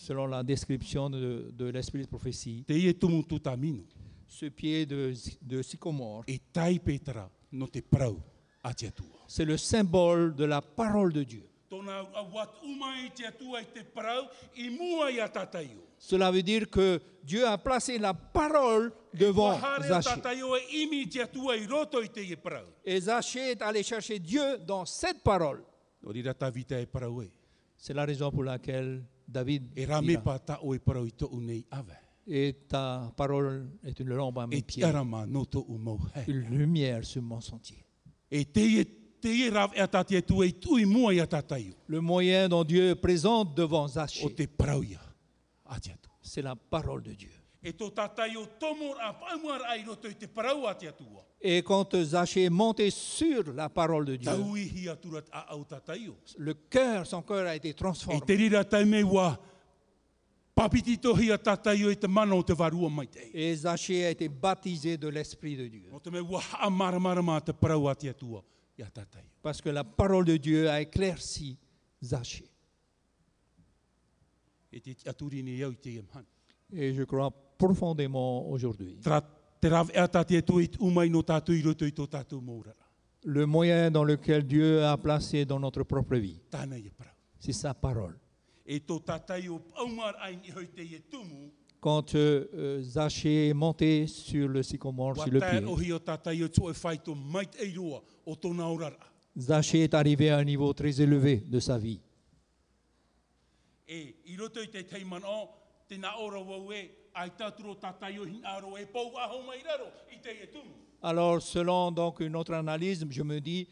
Speaker 2: selon la description de, de l'esprit de prophétie,
Speaker 1: Te ie tumu tū tamino.
Speaker 2: ce pied de, de sycomore.
Speaker 1: e tai pētara no te parau a te atua.
Speaker 2: C'est le symbole de la parole de Dieu.
Speaker 1: Tōna au atu mai i te atua i te parau i mua i a tātai o.
Speaker 2: Cela veut dire que Dieu a placé la parole devant
Speaker 1: Wahare o
Speaker 2: Zachée.
Speaker 1: tātai o e imi i te atua i roto i te i parau.
Speaker 2: Et Zachée est allé chercher Dieu dans cette parole.
Speaker 1: No rira tā vita e parau e.
Speaker 2: C'est la raison pour laquelle David
Speaker 1: E rā me
Speaker 2: dira,
Speaker 1: pā tā o e parau i tōu nei awe.
Speaker 2: et ta parole est une lampe à mes
Speaker 1: E
Speaker 2: pieds,
Speaker 1: tarama no tōu mau hei.
Speaker 2: une lumière sur mon sentier.
Speaker 1: E te e te e rawe a tātai atua i tui mua i a tātai o.
Speaker 2: Le moyen dont Dieu présente devant
Speaker 1: O
Speaker 2: Zachée,
Speaker 1: te parau ia a te atua.
Speaker 2: c'est la parole de Dieu.
Speaker 1: E tō tātai o tomor a paumara ai roto i te parau a te atua.
Speaker 2: Et quand Zachée est monté sur la parole de Dieu,
Speaker 1: Tauihi aturat a au tātai o.
Speaker 2: le cœur, son cœur a été
Speaker 1: E
Speaker 2: transformé.
Speaker 1: te rira tai mei wā, papiti tohi a tātai o i te mana o te varua mai te.
Speaker 2: Et Zachée a été baptisé de l'Esprit de Dieu.
Speaker 1: No te mei wā a maramarama te parau a te atua i a tātai o.
Speaker 2: Parce que la parole de Dieu a éclairci Zachée.
Speaker 1: E te aturini au i te iamhan.
Speaker 2: Et je crois profondément aujourd'hui.
Speaker 1: Tra, te rawe a tātai atua i umai no tātou i roto i tō tātou maurara.
Speaker 2: Le moyen dans lequel Dieu a placé dans notre propre vie,
Speaker 1: Tāna i a parau.
Speaker 2: c'est sa parole.
Speaker 1: E tō tātai o paumara ai i hoi te i e tumu,
Speaker 2: Quand euh, euh, Zachée est monté sur le sycomore,
Speaker 1: wā
Speaker 2: sur le
Speaker 1: tai
Speaker 2: pied,
Speaker 1: ohi o tātai o tō e whai tō mait e roa o tōna orara.
Speaker 2: Zachée est arrivé à un niveau très élevé de sa vie.
Speaker 1: E, i roto i te teiman o, te nā ora wau e, ai tāturo tātai o hina aro e pau aho mai raro i te e tumu.
Speaker 2: Alors, selon donc une autre analyse, je me dis,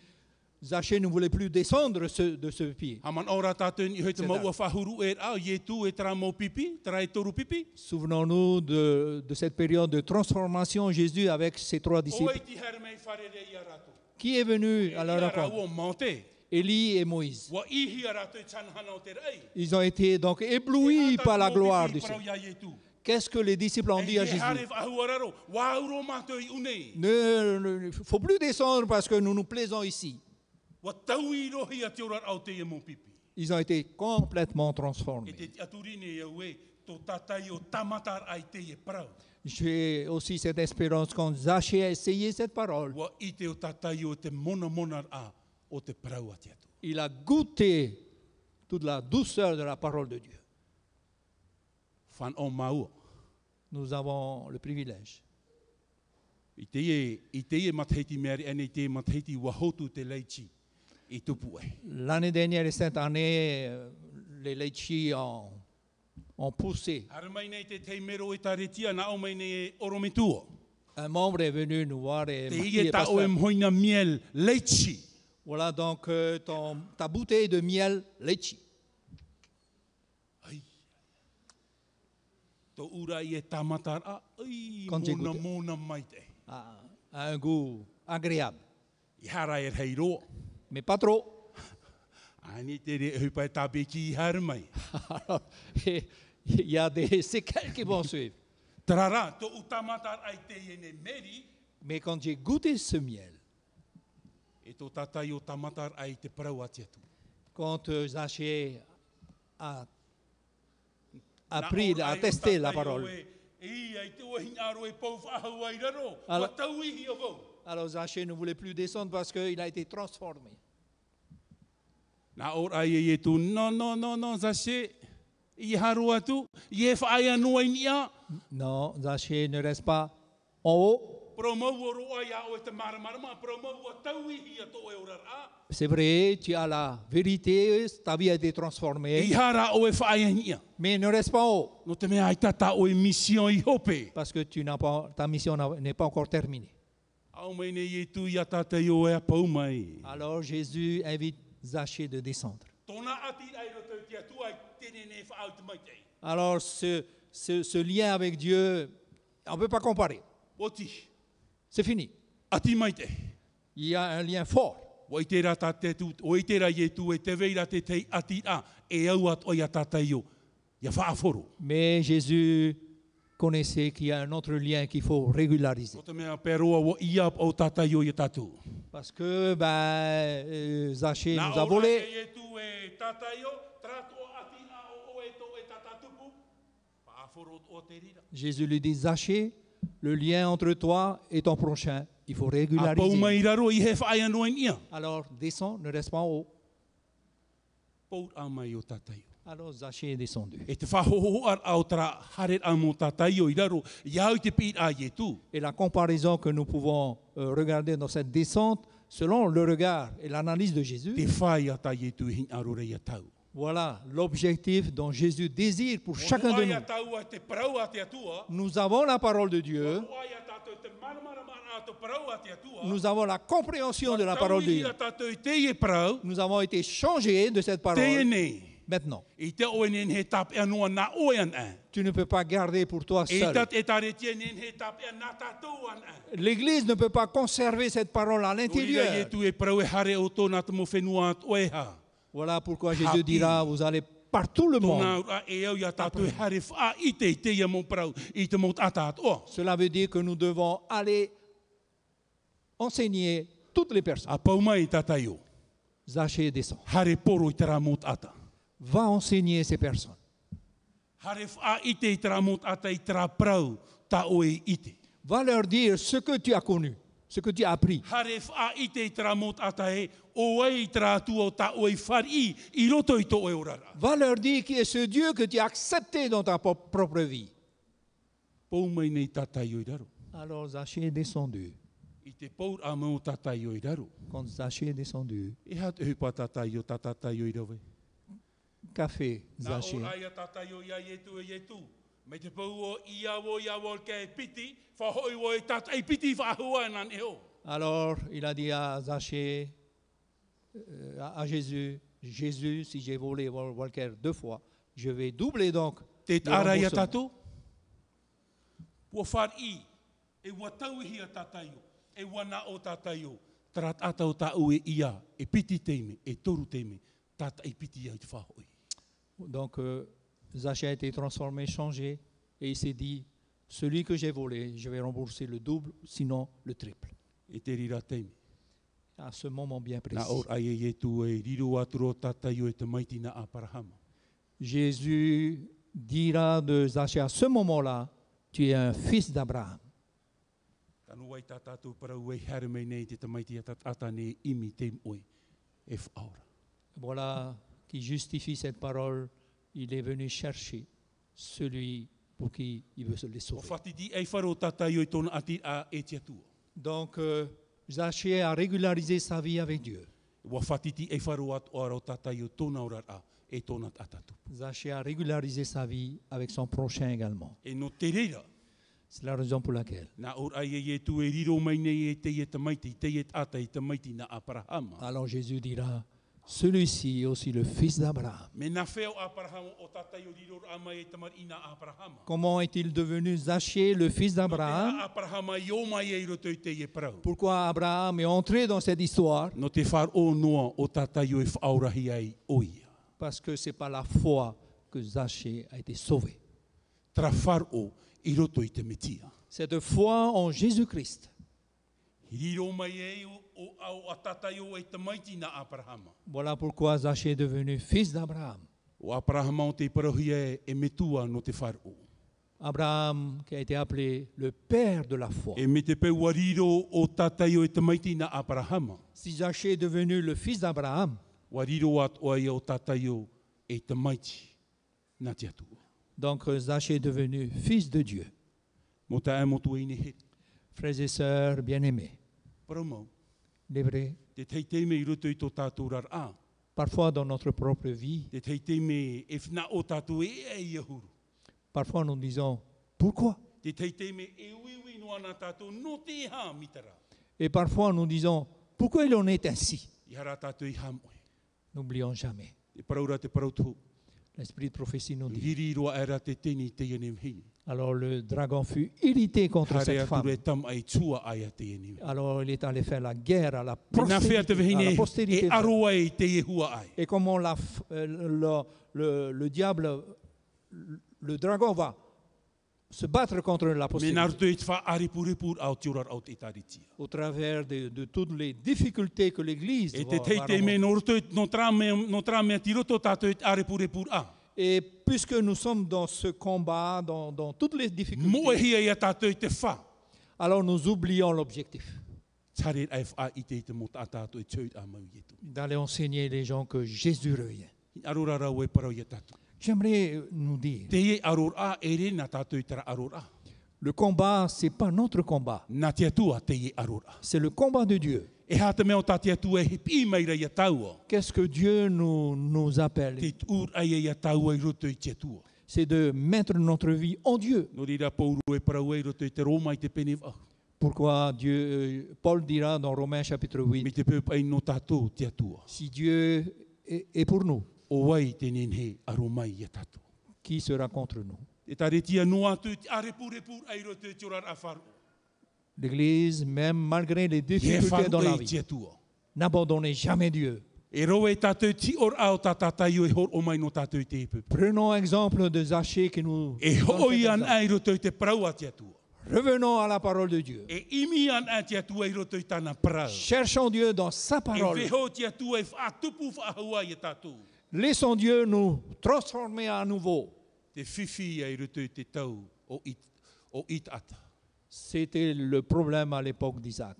Speaker 2: Zachée ne voulait plus descendre ce- de ce pied.
Speaker 1: Haman ora tātou ni hoi te
Speaker 2: Sedar.
Speaker 1: maua whahuru e rā, i e tū e tara mō pipi, tara e toru pipi.
Speaker 2: Souvenons-nous de, de cette période de transformation Jésus avec ses trois
Speaker 1: O e
Speaker 2: disciples.
Speaker 1: ti here mei wharere i a rātou.
Speaker 2: Qui est venu à
Speaker 1: I
Speaker 2: leur
Speaker 1: a rā
Speaker 2: rencontre
Speaker 1: o maute,
Speaker 2: Élie et Moïse.
Speaker 1: wa ihi a rātou i tanhana o te rei. E
Speaker 2: Ils ont été donc éblouis par la gloire du Seigneur. Qu'est-ce que les disciples ont dit à
Speaker 1: E i hare
Speaker 2: Jésus
Speaker 1: ahu araro, wā uro mātou i unei,
Speaker 2: Ne, ne- faut plus descendre parce que nous nous plaisons ici.
Speaker 1: wa tau i rohi a te ora au te e mō pipi.
Speaker 2: Ils ont été complètement
Speaker 1: E
Speaker 2: transformés.
Speaker 1: te aturine e au e, tō tātai o tamatar ai te e parau.
Speaker 2: J'ai aussi cette espérance quand Zachée a essayé cette parole.
Speaker 1: Wa i te o tātai o te mona mona a o te parau a te atu.
Speaker 2: Il a goûté toute la douceur de la parole de Dieu.
Speaker 1: Whan o maua.
Speaker 2: Nous avons le privilège
Speaker 1: I te e, i te e matheiti meari ane i te e matheiti wahotu te leichi i tupu ai.
Speaker 2: L'année dernière et cette année, euh, les litchis ont, ont poussé.
Speaker 1: Haramai nei te teimero e i taretia na au mai nei e oromitua.
Speaker 2: Un membre est venu nous voir et
Speaker 1: Te
Speaker 2: m'a dit,
Speaker 1: i e ta
Speaker 2: Pasteur,
Speaker 1: o e mhoina miel leichi.
Speaker 2: voilà donc euh, ton, ta bouteille de miel litchi.
Speaker 1: Ai. Tō ura i e tamatar a, ai,
Speaker 2: Kon te
Speaker 1: mona
Speaker 2: gute.
Speaker 1: mona mai te.
Speaker 2: A, a Ah, un goût agréable,
Speaker 1: I hara e rei roa.
Speaker 2: mais pas trop.
Speaker 1: Ani te re e hupa e tabe ki i haramai.
Speaker 2: Alors, il y a des séquelles qui vont suivre.
Speaker 1: Tarara, tō utamatar ai te i e ne meri,
Speaker 2: Mais quand j'ai goûté ce miel,
Speaker 1: E tō tātai o tamatar ai te parau ati atu.
Speaker 2: quand euh, Zachée a, a
Speaker 1: Nā
Speaker 2: pris,
Speaker 1: ora
Speaker 2: a
Speaker 1: ai o
Speaker 2: testé la
Speaker 1: tātai o
Speaker 2: parole,
Speaker 1: E, i ai te ohin aro e pau whahau ai raro,
Speaker 2: Ala-
Speaker 1: wa tau ihi o vau.
Speaker 2: alors Zachée ne voulait plus descendre parce qu'il a été transformé.
Speaker 1: Nā ora ai e tū, no, no, no, no, zashe, i haru atu, i e whaai anua i nia,
Speaker 2: Non, Zachée ne reste pas en haut.
Speaker 1: promau o roa ia o e te maramarama, promau a tau ihi a tō e ora rā.
Speaker 2: C'est vrai, tu as la vérité, ta vie a été transformée,
Speaker 1: I hara o e whaai a nia,
Speaker 2: mais ne reste pas en haut
Speaker 1: no te mea ai tata o e mision i hope.
Speaker 2: parce que tu n'as pas, ta mission n'a- n'est pas encore terminée.
Speaker 1: Au mai nei e tū i a tātai o e a pau mai.
Speaker 2: Alors Jésus invite Zachée de descendre.
Speaker 1: Tōna ati ai roto i te atu ai tēnei nei whaau te mai tei.
Speaker 2: Alors ce, ce- ce lien avec Dieu, on ne peut pas comparer.
Speaker 1: Oti.
Speaker 2: C'est fini.
Speaker 1: Ati mai te.
Speaker 2: Il y a un lien fort.
Speaker 1: O i tērā tā te tū, o i tērā i e tū e te veira te tei ati a, e au at o ia tātai o, ia whaaforo.
Speaker 2: Mais Jésus connaissait qu'il y a un autre lien qu'il faut régulariser.
Speaker 1: O te mea pēroa o ia o tātai o ia tātou.
Speaker 2: Parce que ben, euh, Zachée
Speaker 1: Nā
Speaker 2: nous a
Speaker 1: ora
Speaker 2: volé.
Speaker 1: e e tū e tātai o, trato o ati a o o e tō e tātātupu, whaaforo o te rira.
Speaker 2: Jésus lui dit, Zachée, le lien entre toi et ton prochain. Il faut
Speaker 1: A pau
Speaker 2: régulariser.
Speaker 1: mai raro i he whaai anoain ia.
Speaker 2: Alors, descend, ne reste pas en haut.
Speaker 1: Pou a mai o tātai.
Speaker 2: Alors, Zachée est descendu.
Speaker 1: E te whahoho ar au tara haret a mō tātai o i raro, i au i te pīt a i tū.
Speaker 2: Et la comparaison que nous pouvons euh, regarder dans cette descente, selon le regard et l'analyse de Jésus,
Speaker 1: Te whai a tai e tū hin aro rei a tau.
Speaker 2: voilà l'objectif dont Jésus désire pour chacun
Speaker 1: O
Speaker 2: de
Speaker 1: ai a
Speaker 2: nous.
Speaker 1: tau a te parau a te atua,
Speaker 2: Nous avons la parole de Dieu,
Speaker 1: o ai a tātou te maramara mana a te parau a te atua,
Speaker 2: nous avons la compréhension de la
Speaker 1: Tau
Speaker 2: parole de
Speaker 1: i
Speaker 2: Dieu.
Speaker 1: a tātou i te e parau,
Speaker 2: Nous avons été changés de cette
Speaker 1: te e
Speaker 2: parole
Speaker 1: nei.
Speaker 2: maintenant.
Speaker 1: I te oe nen he tap e anoa nā oe an an.
Speaker 2: Tu ne peux pas garder pour toi
Speaker 1: E
Speaker 2: seul.
Speaker 1: tat e tare tia nen he tap e nā tātou an an.
Speaker 2: L'Église ne peut pas conserver cette parole à
Speaker 1: Tūrira
Speaker 2: l'intérieur.
Speaker 1: e tu e parau e hare o tō nā tamo whenua at oe e ha.
Speaker 2: Voilà pourquoi Jésus
Speaker 1: Happy.
Speaker 2: dira, vous allez par tout le
Speaker 1: Tōnā
Speaker 2: monde.
Speaker 1: ura e au i a tātou e hare wha i te i te ia mō parau i te mōt Oh, atat o.
Speaker 2: Cela veut dire que nous devons aller enseigner toutes les personnes.
Speaker 1: A pau mai tātai o.
Speaker 2: Zachée descend.
Speaker 1: Hare poro i tara mōt ata.
Speaker 2: Va enseigner ces personnes.
Speaker 1: Hare wha i te i tara mōt ata i tara parau tā oe i te.
Speaker 2: Va leur dire ce que tu as connu, ce que tu as appris.
Speaker 1: Hare wha i te i tara mōt ata e oe i tara atua o tā oe i whari i i roto i tō oe orara.
Speaker 2: Va leur dire qui est ce Dieu que tu as accepté dans ta po- propre vie.
Speaker 1: Pau mai nei tātai o i raro.
Speaker 2: Alors Zachée est descendu.
Speaker 1: I te paur a mau tātai o i raro.
Speaker 2: Quand Zachée est descendu,
Speaker 1: E hat e pa tātai o tā tātai o i raro.
Speaker 2: qu'a fait
Speaker 1: Nā
Speaker 2: Zachée
Speaker 1: ora ia tātai o ia i tu e i tu. Me te pau o ia wo ia wo ke e piti, whahoi wo e tātai piti whahua nan e o.
Speaker 2: Alors il a dit à Zachée, euh, à à Jésus, Jésus, si j'ai volé Wal- Walker deux fois, je vais doubler donc.
Speaker 1: Te
Speaker 2: le
Speaker 1: ara ia
Speaker 2: remboursement.
Speaker 1: tātou. Pua whar i, e wa tauhi a tātai o, e wa na o tātai o. Tarat atau tā ue ia, e piti teime, e toru teime, tātai piti ia i te whahoi.
Speaker 2: Donc euh, Zachée a été transformé, changé, et il s'est dit, celui que j'ai volé, je vais rembourser le double, sinon le triple.
Speaker 1: E te rira teime.
Speaker 2: À ce moment bien précis.
Speaker 1: Nā or ai e tu e riro aturo tātai o e te maitina a parahama.
Speaker 2: Jésus dira de Zachée à ce moment-là, tu es un fils d'Abraham.
Speaker 1: Tanu wai tā tātou parau e here mei nei te te maiti a tāt atane imi teim oi e whaora.
Speaker 2: Voilà qui justifie cette parole. Il est venu chercher celui pour qui il veut se les
Speaker 1: O
Speaker 2: sauver.
Speaker 1: whati di ei e wharo tātai o i tōna ati a e tia tua.
Speaker 2: Donc, euh, Zachée a régularisé sa vie avec Dieu.
Speaker 1: Wa whati di ei wharo at o arau tātai o tōna ora a e tōna atatu.
Speaker 2: Zachée a régularisé sa vie avec son prochain également.
Speaker 1: E no te reira,
Speaker 2: C'est la raison pour laquelle.
Speaker 1: nā or ai e tu e riro mai nei e te e te maiti, te e tātai te maiti na Abrahama.
Speaker 2: Alors Jésus dira, celui-ci est aussi le fils d'Abraham.
Speaker 1: Me nā wheo Abrahama o tātai o riro a mai e te mari i nā Abrahama.
Speaker 2: Comment est-il devenu Zachée, le fils d'Abraham
Speaker 1: Nā Abrahama i o mai e i roto i te e parau.
Speaker 2: Pourquoi Abraham est entré dans cette histoire
Speaker 1: No te wharo noa o tātai o e whaorahi ai oia.
Speaker 2: Parce que c'est par la foi que Zachée a été sauvé.
Speaker 1: tra wharo i roto i te metia.
Speaker 2: Cette foi en Jésus-Christ.
Speaker 1: Hiriro mai e o, o au atatai o e te maiti na Abrahama.
Speaker 2: Voilà pourquoi Zachée est devenu fils d'Abraham.
Speaker 1: O Abrahama o te parahia e, e metua no te wharo.
Speaker 2: Abraham qui a été appelé le père de la foi.
Speaker 1: E me te peua riro o tatai o e te maiti na Abrahama.
Speaker 2: Si Zachée est devenu le fils d'Abraham,
Speaker 1: Wa riro at o ai o tatai o e te maiti na te atua.
Speaker 2: donc euh, Zachée est devenu fils de Dieu.
Speaker 1: Mo ta amotu e ne he.
Speaker 2: Frères et sœurs bien-aimés,
Speaker 1: Paramau,
Speaker 2: il est vrai,
Speaker 1: te teitei me i roto i tō tātou rar a.
Speaker 2: parfois dans notre propre vie,
Speaker 1: Te teitei me e whina o tātou e e i ahuru.
Speaker 2: parfois nous disons pourquoi
Speaker 1: Te teitei me e wiwi no ana tātou no te hā mitara.
Speaker 2: Et parfois nous disons pourquoi il en est ainsi
Speaker 1: I hara tātou i hamoe.
Speaker 2: N'oublions jamais.
Speaker 1: E paraura te parau tō.
Speaker 2: L'esprit de prophétie nous dit.
Speaker 1: Riri roa era te tini te ene mhini.
Speaker 2: Alors le dragon fut irrité contre
Speaker 1: Hare
Speaker 2: cette
Speaker 1: aturu
Speaker 2: femme.
Speaker 1: e tam ai tua ai a te ene mhini.
Speaker 2: Alors il est allé faire la guerre à la
Speaker 1: Nā
Speaker 2: postérité.
Speaker 1: whea te
Speaker 2: à
Speaker 1: vihine
Speaker 2: la
Speaker 1: e,
Speaker 2: postérité.
Speaker 1: e aroa e te e hua ai.
Speaker 2: Et comment la f- euh, le, le- le diable, le, le dragon va se battre contre
Speaker 1: Me nā
Speaker 2: la postérité
Speaker 1: rutu e te wha aripuripur au te orar au te taritia.
Speaker 2: au travers de, de toutes les difficultés que l'Église
Speaker 1: E
Speaker 2: va-
Speaker 1: te
Speaker 2: va
Speaker 1: teite me
Speaker 2: rencontrer.
Speaker 1: no rutu e no tra me, no tra me tiroto tātou e aripuripur a.
Speaker 2: Et puisque nous sommes dans ce combat, dans, dans toutes les difficultés,
Speaker 1: Mo e hia ia tātou i te wha.
Speaker 2: alors nous oublions l'objectif
Speaker 1: Tare ai wha i te i te mo tā tātou e tūt a mau i etu.
Speaker 2: d'aller enseigner les gens que Jésus revient.
Speaker 1: Arora rau e parau i a tātou.
Speaker 2: J'aimerais nous dire,
Speaker 1: Te e arora a e re nā tātou i tara arora.
Speaker 2: le combat, ce n'est pas notre combat,
Speaker 1: Nā te atua te e arora.
Speaker 2: c'est le combat de Dieu.
Speaker 1: E hā te mea o tā te atua e hipi mai rei a taua.
Speaker 2: Qu'est-ce que Dieu nous, nous appelle
Speaker 1: Te tūr ai e a taua i roto i te atua.
Speaker 2: C'est de mettre notre vie en Dieu.
Speaker 1: No rira pauru e parau e roto i te Roma i te penewa.
Speaker 2: Pourquoi Dieu, euh, Paul dira dans Romains chapitre 8,
Speaker 1: Me te pēpa i no tātou te atua.
Speaker 2: si Dieu est, est pour nous,
Speaker 1: O wai te nenhe aromai i a tātou.
Speaker 2: qui sera contre nous
Speaker 1: E tā retia no atu i te arepurepur ai roto i te orar a wharu.
Speaker 2: L'Église, même malgré les
Speaker 1: He
Speaker 2: difficultés dans
Speaker 1: wharu e
Speaker 2: la
Speaker 1: i
Speaker 2: vie,
Speaker 1: te atua.
Speaker 2: n'abandonnez jamais Dieu.
Speaker 1: E roe tātou ti or ao tā tātai o e hor o mai no tātou i te epepe.
Speaker 2: Prenons exemple de Zachée qui nous...
Speaker 1: E
Speaker 2: donne cet
Speaker 1: hoi an
Speaker 2: exemple.
Speaker 1: ai roto i te parau a te atua.
Speaker 2: Revenons à la parole de Dieu.
Speaker 1: E imi an ai te atua i roto i tāna parau.
Speaker 2: Cherchons Dieu dans sa
Speaker 1: E
Speaker 2: parole.
Speaker 1: veho te atua e whaatupu whaahua i a tātou.
Speaker 2: Laissons Dieu nous transformer à nouveau.
Speaker 1: Te whiwhi ai roto i te tau o it, o it ata.
Speaker 2: C'était le problème à l'époque d'Isaac.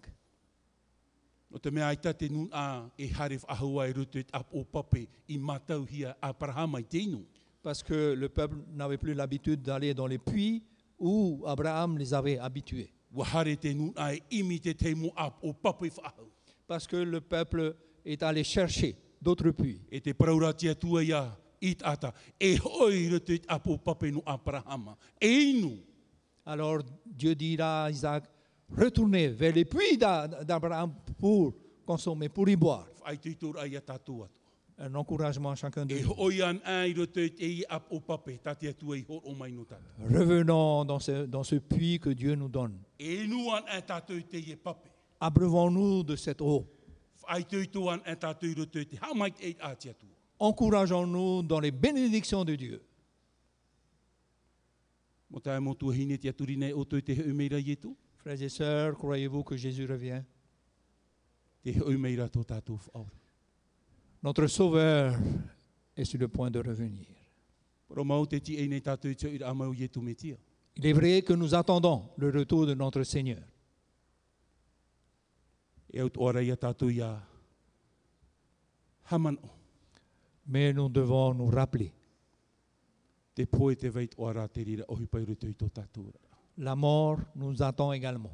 Speaker 1: No te mea aita te nun a e hare whaahua i roto i te ap o pape i mātau hia Abrahama i teinu.
Speaker 2: Parce que le peuple n'avait plus l'habitude d'aller dans les puits où Abraham les avait habitués.
Speaker 1: Wa hare te nun a e imi te teimo ap o pape whaahau.
Speaker 2: Parce que le peuple est allé chercher d'autres puits.
Speaker 1: e te paraura tia tua ia it ata, e hoi roto i apo pape no Abrahama. E inu,
Speaker 2: Alors Dieu dira à Isaac, retournez vers les puits d'A- d'Abraham pour consommer, pour y boire.
Speaker 1: ai tui tōra ai a tātou atu.
Speaker 2: Un encouragement à chacun de
Speaker 1: E
Speaker 2: nous.
Speaker 1: hoi an ai roto i te i apo pape, ta tia tua i hor o mai no tata.
Speaker 2: Revenons dans ce, dans ce puits que Dieu nous donne.
Speaker 1: E inu an ai tātou i te i e pape.
Speaker 2: Abreuvons-nous de cette eau.
Speaker 1: Ai tui tō an ai tātou i roto i te hamai te eit a tia tua.
Speaker 2: Encourageons-nous dans les bénédictions de Dieu.
Speaker 1: Mo tae mo tua hine tia turi nei o tui te heu meira i e etu.
Speaker 2: Frères et sœurs, croyez-vous que Jésus revient
Speaker 1: Te heu meira tō tātou whaora.
Speaker 2: Notre Sauveur est sur le point de revenir.
Speaker 1: Pro mau te ti ei nei tātou i tau i amau i etu me tia.
Speaker 2: Il est vrai que nous attendons le retour de notre Seigneur.
Speaker 1: E au tōra i a tātou i a haman o.
Speaker 2: Mais nous devons nous rappeler
Speaker 1: te poe te veit o ara te rira ohi pai rutu i tō tātou ara.
Speaker 2: la mort nous attend également.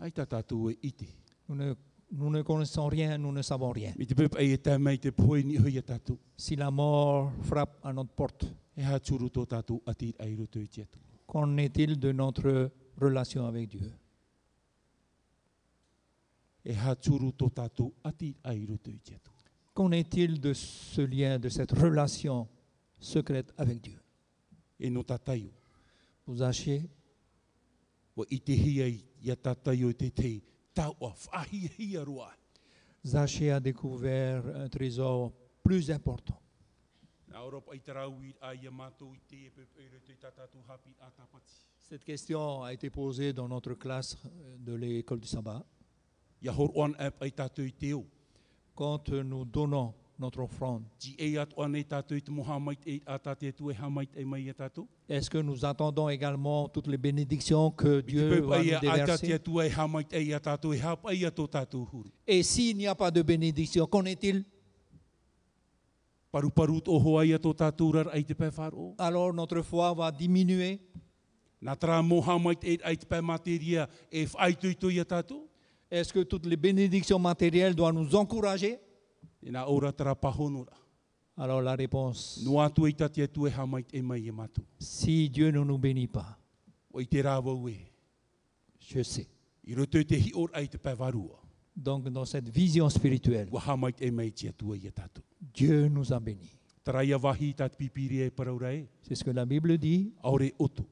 Speaker 1: Ai tā tātou e iti.
Speaker 2: Nous ne, nous ne connaissons rien, nous ne savons rien.
Speaker 1: Mi te pepa e tā mai te poe ni hoi a tātou.
Speaker 2: Si la mort frappe à notre porte,
Speaker 1: E hā tūru tō tātou atir ai rutu i tietu.
Speaker 2: qu'en est-il de notre relation avec Dieu
Speaker 1: E hā tūru tō tātou atir ai rutu i tietu.
Speaker 2: Qu'en est-il de ce lien, de cette relation secrète avec Dieu
Speaker 1: E no tātaio.
Speaker 2: Vous achetez
Speaker 1: Wa i te hia i ia tātaio i te te tau a whahia hia roa.
Speaker 2: Zachée a découvert un trésor plus important.
Speaker 1: Nā oropa i te rauir a ia mātou i te e pepe rutu i tā tātou hapi a tāpati.
Speaker 2: Cette question a été posée dans notre classe euh, de l'école du sabbat.
Speaker 1: Ia hor oan ap ai tātou i te o.
Speaker 2: Quand nous donnons notre offrande,
Speaker 1: Ji e at oan e tātou i te mohamait e a tātou e tu e hamait e mai a tātou.
Speaker 2: est-ce que nous attendons également toutes les bénédictions que Dieu va nous déverser
Speaker 1: e
Speaker 2: Et s'il n'y a pas de bénédiction, qu'en est-il Alors notre foi va diminuer.
Speaker 1: e,
Speaker 2: Est-ce que toutes les bénédictions matérielles doivent nous encourager Alors la réponse,
Speaker 1: e
Speaker 2: si Dieu ne nous bénit pas, je sais. Donc dans cette vision spirituelle,
Speaker 1: e
Speaker 2: Dieu nous a bénis.
Speaker 1: e
Speaker 2: C'est ce que la Bible dit.
Speaker 1: Aure otu,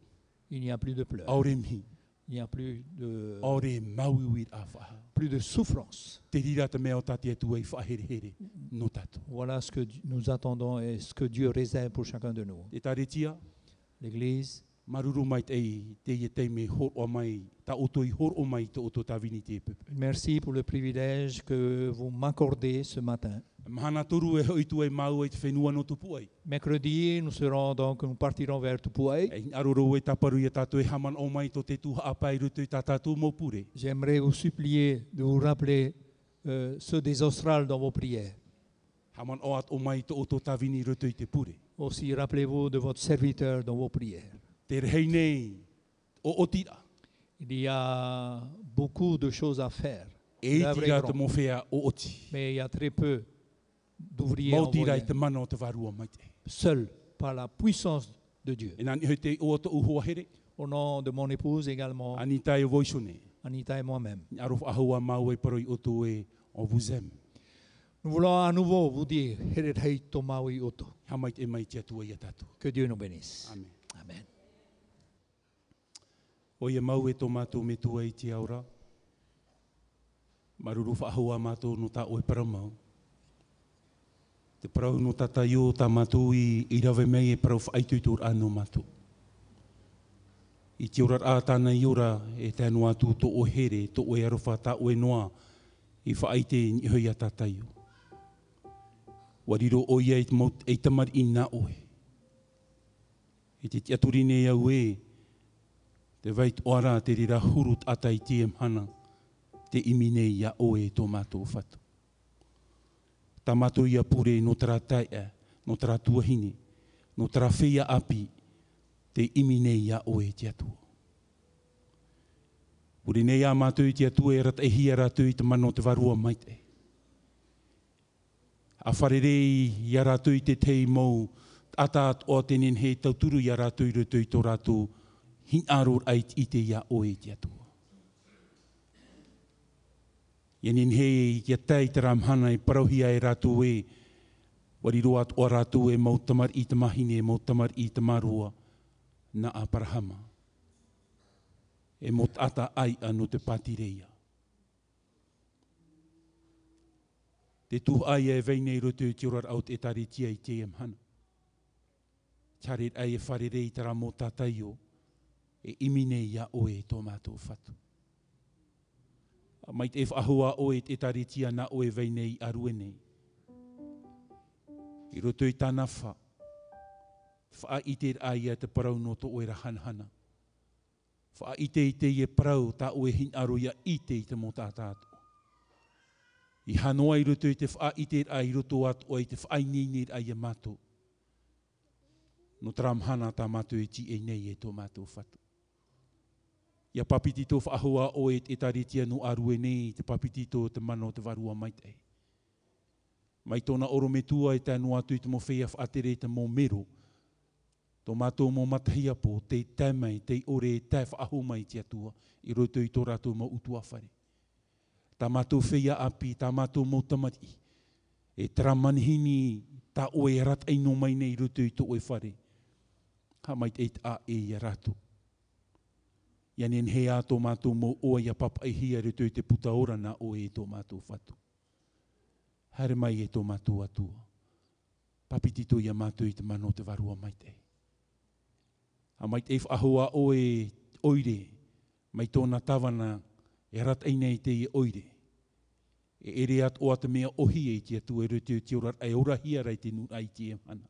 Speaker 2: Il n'y a plus de pleurs.
Speaker 1: aure mihi,
Speaker 2: Il n'y a plus de,
Speaker 1: aure mauiwir a whaha.
Speaker 2: plus de souffrance.
Speaker 1: Te rira te mea o tati atua i whaherehere no tātou.
Speaker 2: Voilà ce que Dieu- nous attendons et ce que Dieu réserve pour chacun de nous.
Speaker 1: E tā retia,
Speaker 2: L'Église,
Speaker 1: maruru mai te ei, te ia te me hor o mai, ta oto i hor o mai te oto tawini te pepe.
Speaker 2: Merci pour le privilège que vous m'accordez ce matin.
Speaker 1: Mahana toru e hoi tu e mau e te whenua no tupu ai.
Speaker 2: Mercredi, nous serons donc, nous partirons vers Tupouai.
Speaker 1: E aroro e taparu i a tātou e haman o mai to te tuha apai rutu i tā tātou mō pure.
Speaker 2: J'aimerais vous supplier de vous rappeler euh, ceux des Australes dans vos prières.
Speaker 1: Haman o at o mai to oto tawini rutu i te pure.
Speaker 2: Aussi, rappelez-vous de votre serviteur dans vos prières.
Speaker 1: Te rehei nei o otira.
Speaker 2: Il y a beaucoup de choses à faire,
Speaker 1: E i
Speaker 2: Nā
Speaker 1: tira
Speaker 2: reiro.
Speaker 1: te mowhea o oti.
Speaker 2: mais il y a très peu d'ouvriers
Speaker 1: Mau tira i
Speaker 2: envoyés
Speaker 1: te mana o te varua mai te.
Speaker 2: seuls par la puissance de Dieu.
Speaker 1: E nani hoi te o oto uhoa here,
Speaker 2: Au nom de mon épouse également,
Speaker 1: ani tai o voisone.
Speaker 2: Anita et moi-même.
Speaker 1: Ni arofa ahua mau e paroi o tu e o vuzem.
Speaker 2: Nous voulons à nouveau vous dire, Heredhei Tomawi Oto.
Speaker 1: Hamait e mai te atua i a tātou.
Speaker 2: que Dieu nous bénisse.
Speaker 1: Amen.
Speaker 2: Amen.
Speaker 1: O ia mau e tō mātou me tua i te aura. Maruru whaahua mātou no tā oe paramau. Te parau no tata i o tā mātou i, i rawe mei e parau whaitūtur anō mātou. I te ora rā tāna i ora e tēnu atu tō o here, tō o e arofa tā o e noa i whaite i hoi a tata i o. Wariro o ia i te maut- e tamar i nā oe. I te tiaturine au e, Te wait ora te rira hurut atai tiem hana, te imine ia oe e tō mātou whatu. Tā mātou ia pure no tara taia, no tara tuahine, no tara whia api, te imine ia oe te atua. Pure nei a mātou i te atua e rata e hia rātou i te mano te varua mai te. A wharere i a rātou i te tei mou, atat o tenen hei tauturu i a rātou i rātou i tō rātou, hin aror ai i te ia oe te atua. Ia nin hei i kia tai te ramhana i parauhia e rātou e, wariro at o rātou e mautamar i te mahine, mautamar i te marua, na a parahama. E mot ata ai anu te patireia. Te tuh ai e veinei roto i te orar au te taritia i te emhana. Tarit ai e wharerei tara mō tataio, e imine ia oe tō mātou whatu. A Mai te e whahua oe te taritia na oe vei nei arue nei. I roto i tāna wha, wha i te aia te parau no tō oe rahanhana. Wha i te i te i e parau tā oe hin aroia i te i te mō tā tātou. I hanoa i roto i te wha i te ai roto at oe te wha i nei nei ai e mātou. No tramhana tā mātou e ti e nei e tō mātou whatu. Ia papitito whaahua o e te taritia no arue nei, te papitito te mano te varua mai te. Mai tōna oro me tua e tēnu atu i te mowhea whaatere te mō mero. Tō mātou mō matahia pō, te tēmei, te ore, te whaahu mai te atua, i roto i tō rātou mō utua whare. Tā mātou whea api, tā mātou mō tamati. E tera manhini, tā oe rat ei no mai nei roto i tō oe whare. Ha mai te a e ia rātou. Ia nen he a tō mātou mō oa ia papa i hia re tui te puta ora na o e tō mātou whatu. Haere mai e tō mātou atua. Papitito ia mātou i te mano te varua mai te. A mai te ahoa o e oire, mai tōna tawana e rat ei nei te i oire. E ere at oa te mea ohi e te atu e rutu te ora ai ora hia rei te nu ai te e emana.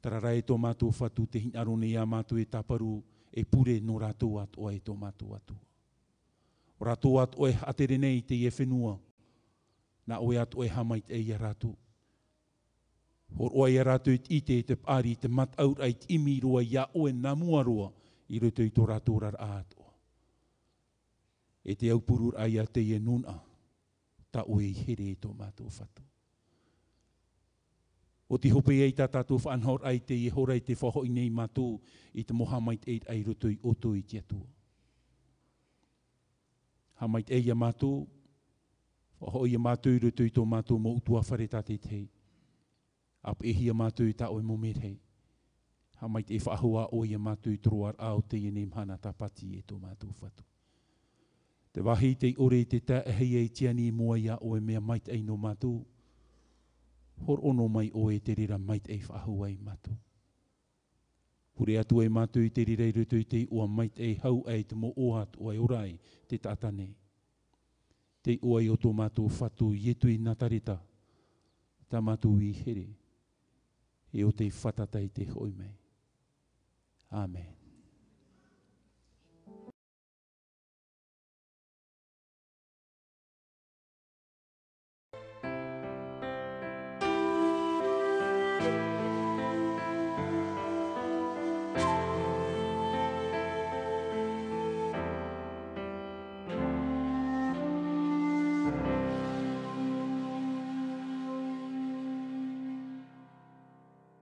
Speaker 1: Tara rai e tō mātou whatu te hin arone ia mātou e taparu e pure no rātou at oa e tō mātou atu. O rātou at oe atere nei te e whenua, na oe at oe hamait e ia rātou. Hor oa ia rātou i te te pāri te mat aur ai te imi roa ia oe nā mua roa i rutu i tō rātou rar a atoa. E te aupurur ai a te e nuna, ta oe i here e tō mātou whatu. O te hope ei tā tātou whanhaur ai te i hora i te whahoi nei mātou i te moha mai te eit ai roto i oto i te atua. Ha mai te eia mātou, whahoi a mātou i roto i tō mātou mō utua whare tā te tei. Ap e hia mātou i tā oe mō merhei. Ha mai te e whaahua o ia mātou i troar ao te i nei mhana tā pati e tō mātou whatu. Te wahi te ore i te tā hei e tiani mua ia oe mea mai te ei no mātou hor ono mai o e te rira mai te e whahua i matu. Kore atu e mātou i te rirei rutu i te ua mait e hau e te mo ohat o ai orai te tātane. Te ua i o tō mātou whatu i etu i nā tarita, tā mātou i here, e o te whatatai te hoi mei. Amen.